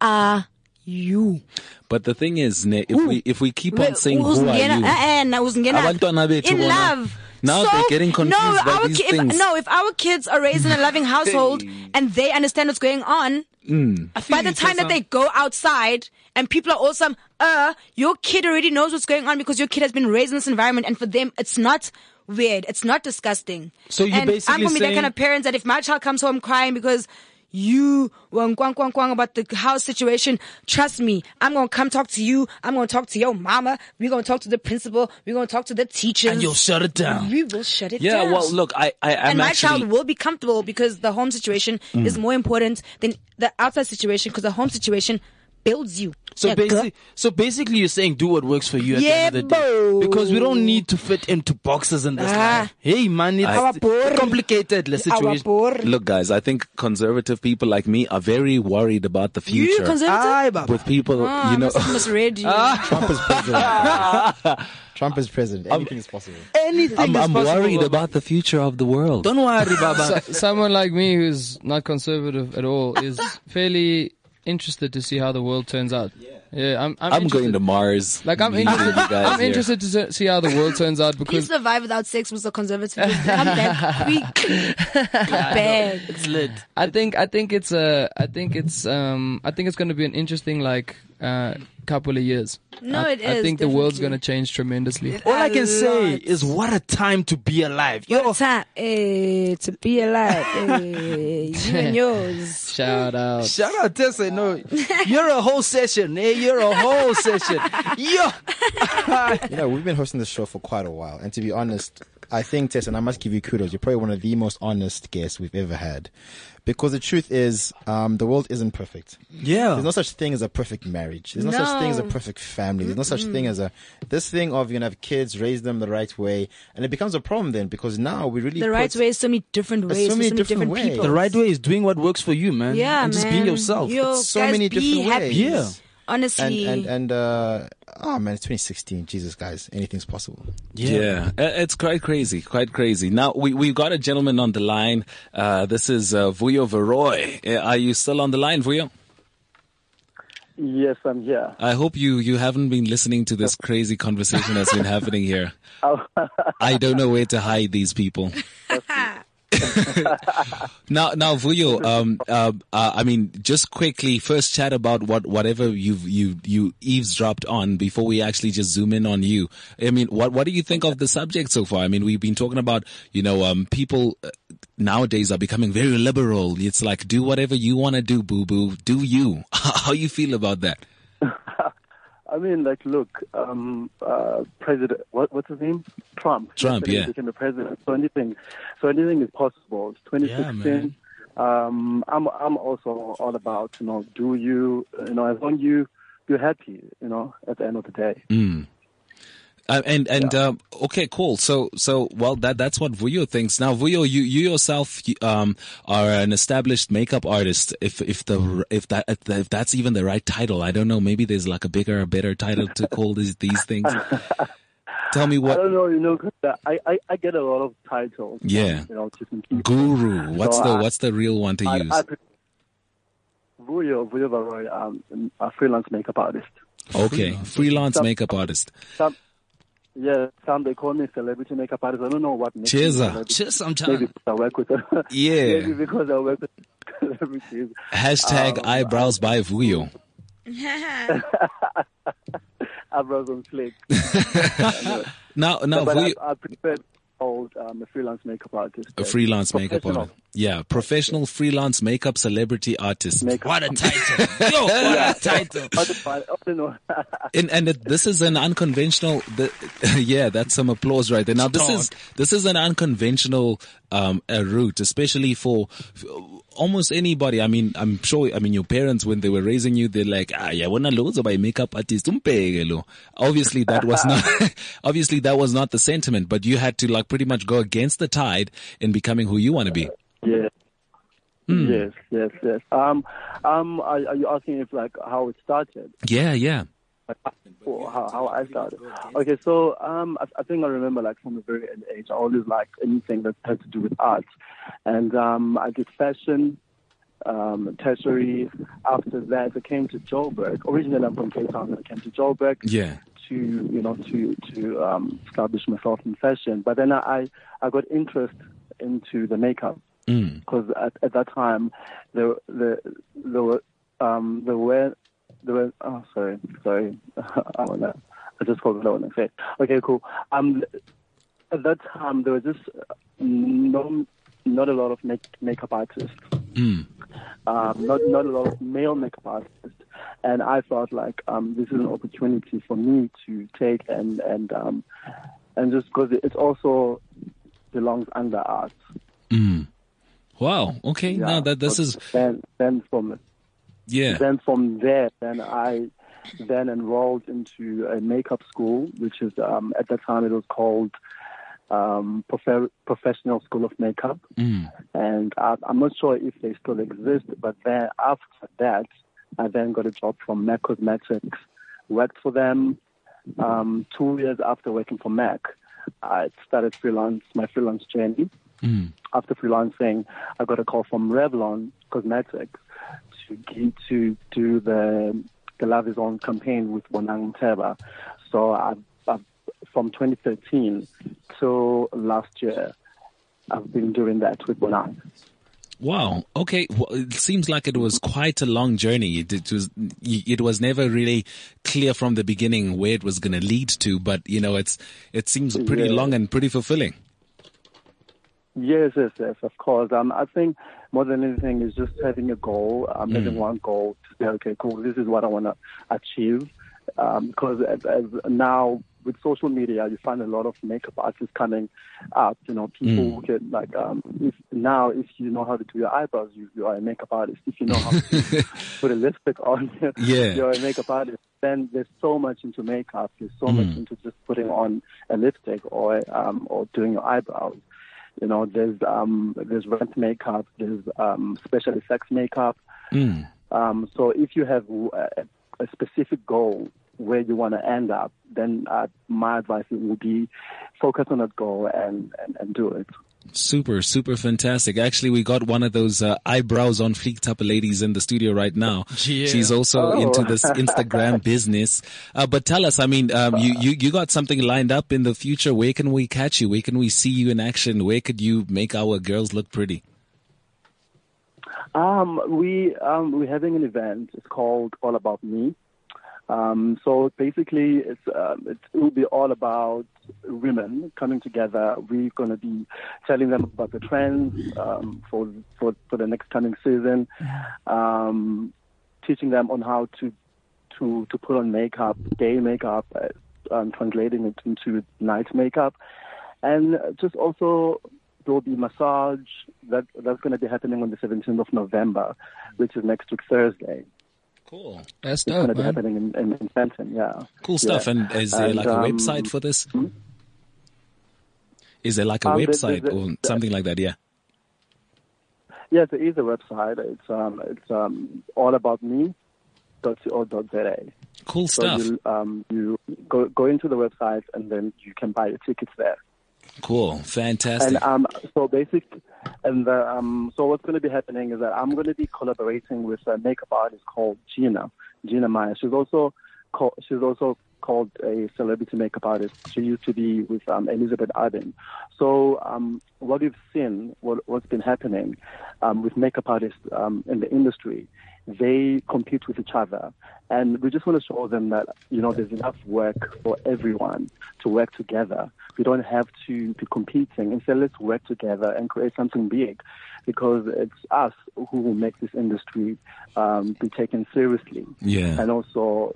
A: are you?
C: but the thing is, ne, if we, if we keep on saying who are
A: uzingena-
C: you?
A: eh, eh, na uzingena-
C: Abantwana bethu
A: in
C: bona,
A: love.
C: now
A: so,
C: they're getting confused
A: no,
C: by
A: our
C: these
A: ki- if,
C: things.
A: No, if our kids are raised in a loving household and they understand what's going on,
C: Hmm.
A: by the time that they go outside and people are all some, uh, your kid already knows what's going on because your kid has been raised in this environment, and for them, it's not weird, it's not disgusting.
B: So you're
A: and I'm
B: basically
A: gonna be that
B: saying-
A: kind of parents that if my child comes home crying because you were quang quang quang about the house situation, trust me, I'm gonna come talk to you. I'm gonna talk to your mama. We're gonna talk to the principal. We're gonna talk to the teachers.
B: and you'll shut it down.
A: we will shut it
C: yeah,
A: down.
C: well, look, I, I, I'm
A: and my
C: actually,
A: child will be comfortable because the home situation is more important than the outside situation because the home situation builds you.
B: So
A: Yeah,
B: basically,
A: girl.
B: so basically, you're saying do what works for you at
A: Yeah,
B: the end of the day,
A: bo.
B: because we don't need to fit into boxes in this
A: Ah.
B: life. Hey man, it's
A: Our poor-
B: complicated the
A: Our
B: situation.
A: poor-
C: Look, guys, I think conservative people like me are very worried about the
A: You
C: future.
A: conservative?
B: Aye, baba.
C: with people,
A: Ah, I
C: you know,
A: must have misread you.
F: Trump is president. Trump is president.
E: Um,
F: Anything is possible.
B: anything
C: I'm,
B: is
C: I'm
B: possible,
C: worried
B: baba.
C: about the future of the world.
B: Don't worry, Baba.
D: So- someone like me who's not conservative at all is fairly interested to see how the world turns out. Yeah, I'm.
C: I'm
D: I'm, interested.
C: going to Mars.
D: Like I'm
C: leaving
D: interested.
C: you guys
D: I'm
C: here.
D: interested to se- see how the world turns out
A: You
D: because
A: survive without sex, Mr. Conservative. Come back quick. Bad.
B: it's lit.
D: I think I think it's uh, I think it's um I think it's going to be an interesting like uh couple of years.
A: No,
D: I,
A: it
D: I
A: is,
D: think the world's going
A: definitely.
D: to change tremendously.
B: All I
A: A
B: can say
A: lot.
B: is what a time to be alive. Yo,
A: What time eh, to be alive. eh, you and yours.
D: Shout out.
B: shout out Tessa. No, you're a whole session. Hey, you're a whole session. Yo,
F: You know, we've been hosting this show for quite a while, and to be honest, I think, Tess, and I must give you kudos. You're probably one of the most honest guests we've ever had, because the truth is, um, the world isn't perfect.
B: Yeah.
F: There's no such thing as a perfect marriage. There's no, such thing as a
A: No.
F: perfect family. There's no such thing as a this thing of you're gonna have kids, raise them the right way, and it becomes a problem then because now we really
A: The
F: put-
A: right way is so many different
F: There's
A: ways,
F: so
A: for
F: many
A: so many
F: different
A: different,
F: ways.
A: people.
B: The right way is doing what works for you, man.
A: yeah,
B: And just
A: man.
B: being yourself.
A: Yo,
F: So
A: guys,
F: many
A: be
F: different
A: happy.
F: ways.
B: Yeah.
F: and
A: honestly,
F: and and uh, oh man, it's 2016. Jesus, guys, anything's possible.
C: Yeah, Uh, it's quite crazy, quite crazy. Now we we got a gentleman on the line. Uh, this is uh, Vuyo Veroy. Uh, Are you still on the line, Vuyo?
H: Yes, I'm here.
C: I hope you you haven't been listening to this crazy conversation that's been happening here.
H: Oh.
C: I don't know where to hide these people. now, now, Vuyo. Um, uh, uh, I mean, just quickly, first chat about what whatever you've you you eavesdropped on before we actually just zoom in on you. I mean, what what do you think of the subject so far? I mean, we've been talking about you know um people uh, nowadays are becoming very liberal. It's like do whatever you want to do, boo boo. Do you? How you feel about that?
H: I mean, like, look, um, uh, President, what, what's his name? Trump.
C: Trump,
H: Yesterday he
C: yeah.
H: became the president. So anything, so anything is possible. It's 2016. um, I'm, I'm also all about, you know, do you, you know, as long you, you're happy, you know, at the end of the day.
C: Uh, and and um, okay, cool. So so well that that's what Vuyo thinks. Now Vuyo, you you yourself you, um are an established makeup artist. If if the if that if that's even the right title, I don't know. Maybe there's like a bigger, better title to call these these things. Tell me
H: I
C: what
H: don't know, you know, 'cause, uh, I, I, I get a lot of titles.
C: Yeah.
H: You know, different people.
C: guru. What's
H: So
C: the
H: I-
C: what's the real one to
H: I,
C: use?
H: I, Vuyo, Vuyo Baroy, um, a freelance makeup artist.
C: okay, freelance
H: Some-
C: makeup artist.
H: Some, yeah, some they call me celebrity makeup artist. I don't know what. makes me
C: Cheers, uh,
H: celebrity.
B: Just
H: Maybe
B: sometimes.
H: because I work with.
C: Yeah.
H: Maybe because I work with celebrities. Um,
C: Hashtag eyebrows by Vuyo.
H: Eyebrows on slick.
C: Now now
H: but
C: Vuyo.
H: I, I prefer old um, a freelance makeup artist.
C: A freelance makeup
H: uh, Professional.
C: artist. Yeah, professional freelance makeup celebrity artist.
H: Makeup.
B: What a title. Yo, what a title.
H: I don't- I don't know.
C: and and it, this is an unconventional. The, yeah, that's some applause right there. Now this is this is an unconventional um, uh, route, especially for f- almost anybody. I mean, I'm sure. I mean, your parents when they were raising you, they're like, ah, yeah, wanna lose by makeup artist. umpeke lo." Obviously, that was not. obviously, that was not the sentiment. But you had to like pretty much go against the tide in becoming who you want to be.
H: Yes.
C: Hmm.
H: Yes, yes, yes. Um, um, are, are you asking if like how it started?
C: Yeah, yeah.
H: or how, how I started. Okay, so um, I, I think I remember like from a very early age, I always liked anything that had to do with art, and um, I did fashion, um, tertiary. After that, I came to Joburg. Originally, I'm from Cape Town, and I came to Joburg
C: Yeah.
H: to you know to to um, establish myself in fashion. But then I I got interest into the makeup because at, at that time there there there were um, there were there were oh sorry sorry I don't know I just called it I want to say okay cool um at that time there was just uh, no not a lot of make, makeup artists um, not not a lot of male makeup artists, and I felt like um, this is an opportunity for me to take and and um, and just because it also belongs under art.
C: Wow. Okay. Now that this
H: So
C: is
H: then then from
C: yeah.
H: then from there then I then enrolled into a makeup school, which is um, at that time it was called um, Profe- Professional School of Makeup. and I, I'm not sure if they still exist. But then after that, I then got a job from Mac Cosmetics, worked for them. Um, two years after working for Mac, I started freelance my freelance journey. After freelancing, I got a call from Revlon Cosmetics to gi- to do the the Love Is On campaign with Bonang Teba. So I, I from 2013 till last year, I've been doing that with Bonang.
C: Wow. Okay. Well, it seems like it was quite a long journey. It, it was it was never really clear from the beginning where it was going to lead to, but you know, it's it seems pretty
H: Yeah.
C: long and pretty fulfilling.
H: Yes, yes, yes, of course. Um, I think more than anything is just having a goal, um, having one goal to say, okay, cool, this is what I want to achieve. Um, because as, as now with social media, you find a lot of makeup artists coming up. You know, people who can like um, if now if you know how to do your eyebrows, you, you are a makeup artist. If you know how to put a lipstick on,
C: Yeah.
H: you're a makeup artist. Then there's so much into makeup. There's so much into just putting on a lipstick or um, or doing your eyebrows. You know, there's um, there's rent makeup. There's um, special effects makeup. Um, so if you have a, a specific goal where you want to end up, then uh, my advice would be focus on that goal and, and, and do it.
C: Super, super fantastic. Actually, we got one of those uh, eyebrows on fleek type of ladies in the studio right now.
D: Yeah.
C: She's also
H: Oh.
C: into this Instagram business. Uh, but tell us, I mean, um, you, you, you got something lined up in the future. Where can we catch you? Where can we see you in action? Where could you make our girls look pretty?
H: Um, we um, we're having an event. It's called All About Me. Um, so basically, it's, um, it will be all about women coming together. We're going to be telling them about the trends um, for, for for the next coming season, um, teaching them on how to to to put on makeup, day makeup, uh, um, translating it into night makeup, and just also there'll be massage that that's going to be happening on the 17th of November, which is next week Thursday.
C: Cool.
D: That's
H: It's going to
D: dope,
H: be
D: man.
H: happening in, in, in Fenton, yeah.
C: Oh, Cool stuff.
H: Yeah.
C: And is there
H: And,
C: like a
H: um,
C: website for this? Is there like a
H: Um, there's-
C: website
H: there's a-
C: or something like that? Yeah.
H: Yeah, there is a website. It's um, it's um, allaboutme.co.za.
C: Cool
H: So
C: stuff.
H: you um, you go go into the website and then you can buy your tickets there.
C: Cool. Fantastic.
H: And um, so basic, and the, um, so what's going to be happening is that I'm going to be collaborating with a makeup artist called Gina, Gina Maya. She's also called, she's also called a celebrity makeup artist. She used to be with um, Elizabeth Arden. So um, what we've seen, what, what's been happening um, with makeup artists um, in the industry, they compete with each other, and we just want to show them that you know there's enough work for everyone to work together. We don't have to be competing. Instead, let's work together and create something big, because it's us who will make this industry um, be taken seriously.
C: Yeah.
H: And also,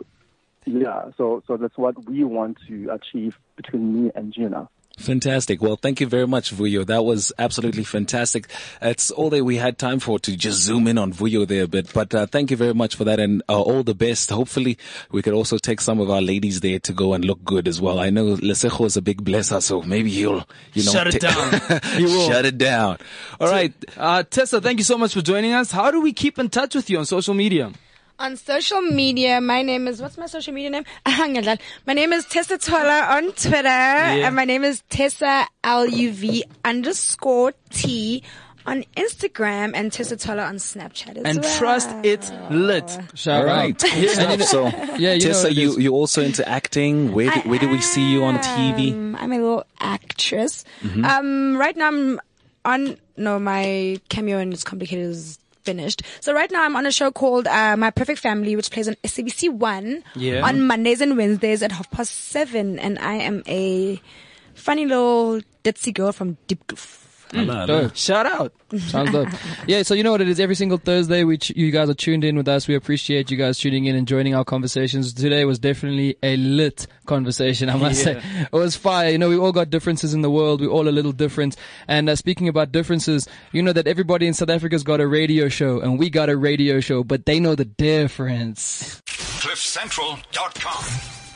H: yeah. So, so that's what we want to achieve between me and Gina.
C: Fantastic. Well, thank you very much, Vuyo. That was absolutely fantastic. That's all that we had time for to just zoom in on Vuyo there a bit. But uh, thank you very much for that and uh, all the best. Hopefully we could also take some of our ladies there to go and look good as well. I know Lesejo is a big blesser, so maybe he'll, you know,
B: Shut it
C: ta-
B: down. He will.
C: Shut it down. All right.
B: Uh, Tessa, thank you so much for joining us. How do we keep in touch with you on social media?
A: On social media, my name is what's my social media name? Ngiyadlala. my name is Tessa Tola on Twitter, and my name is Tessa Luv underscore T on Instagram, and Tessa Tola on Snapchat as
B: And
A: well.
B: trust it's lit.
D: Shout
C: All
D: out.
C: right. Cool stuff. So,
D: Yeah, you know
C: Tessa,
D: what it
C: you,
D: is.
C: you also into acting. Where do,
A: I
C: where do we see you on Mm-hmm. TV?
A: am. I'm a little actress. Um, right now I'm on. No, my cameo and it's complicated is finished. So right now I'm on a show called uh, My Perfect Family, which plays on SABC One
B: Yeah.
A: on Mondays and Wednesdays at half past seven, and I am a funny little ditzy girl from Deep Goof.
C: Hello.
B: Shout out.
D: Sounds dope. Yeah, so you know what it is. Every single Thursday, which you guys are tuned in with us. We appreciate you guys tuning in and joining our conversations. Today was definitely a lit conversation, I must
B: Yeah.
D: say. It was fire. You know, we all got differences in the world. We're all a little different. And uh, speaking about differences, you know that everybody in South Africa's got a radio show and we got a radio show, but they know the difference.
I: CliffCentral.com.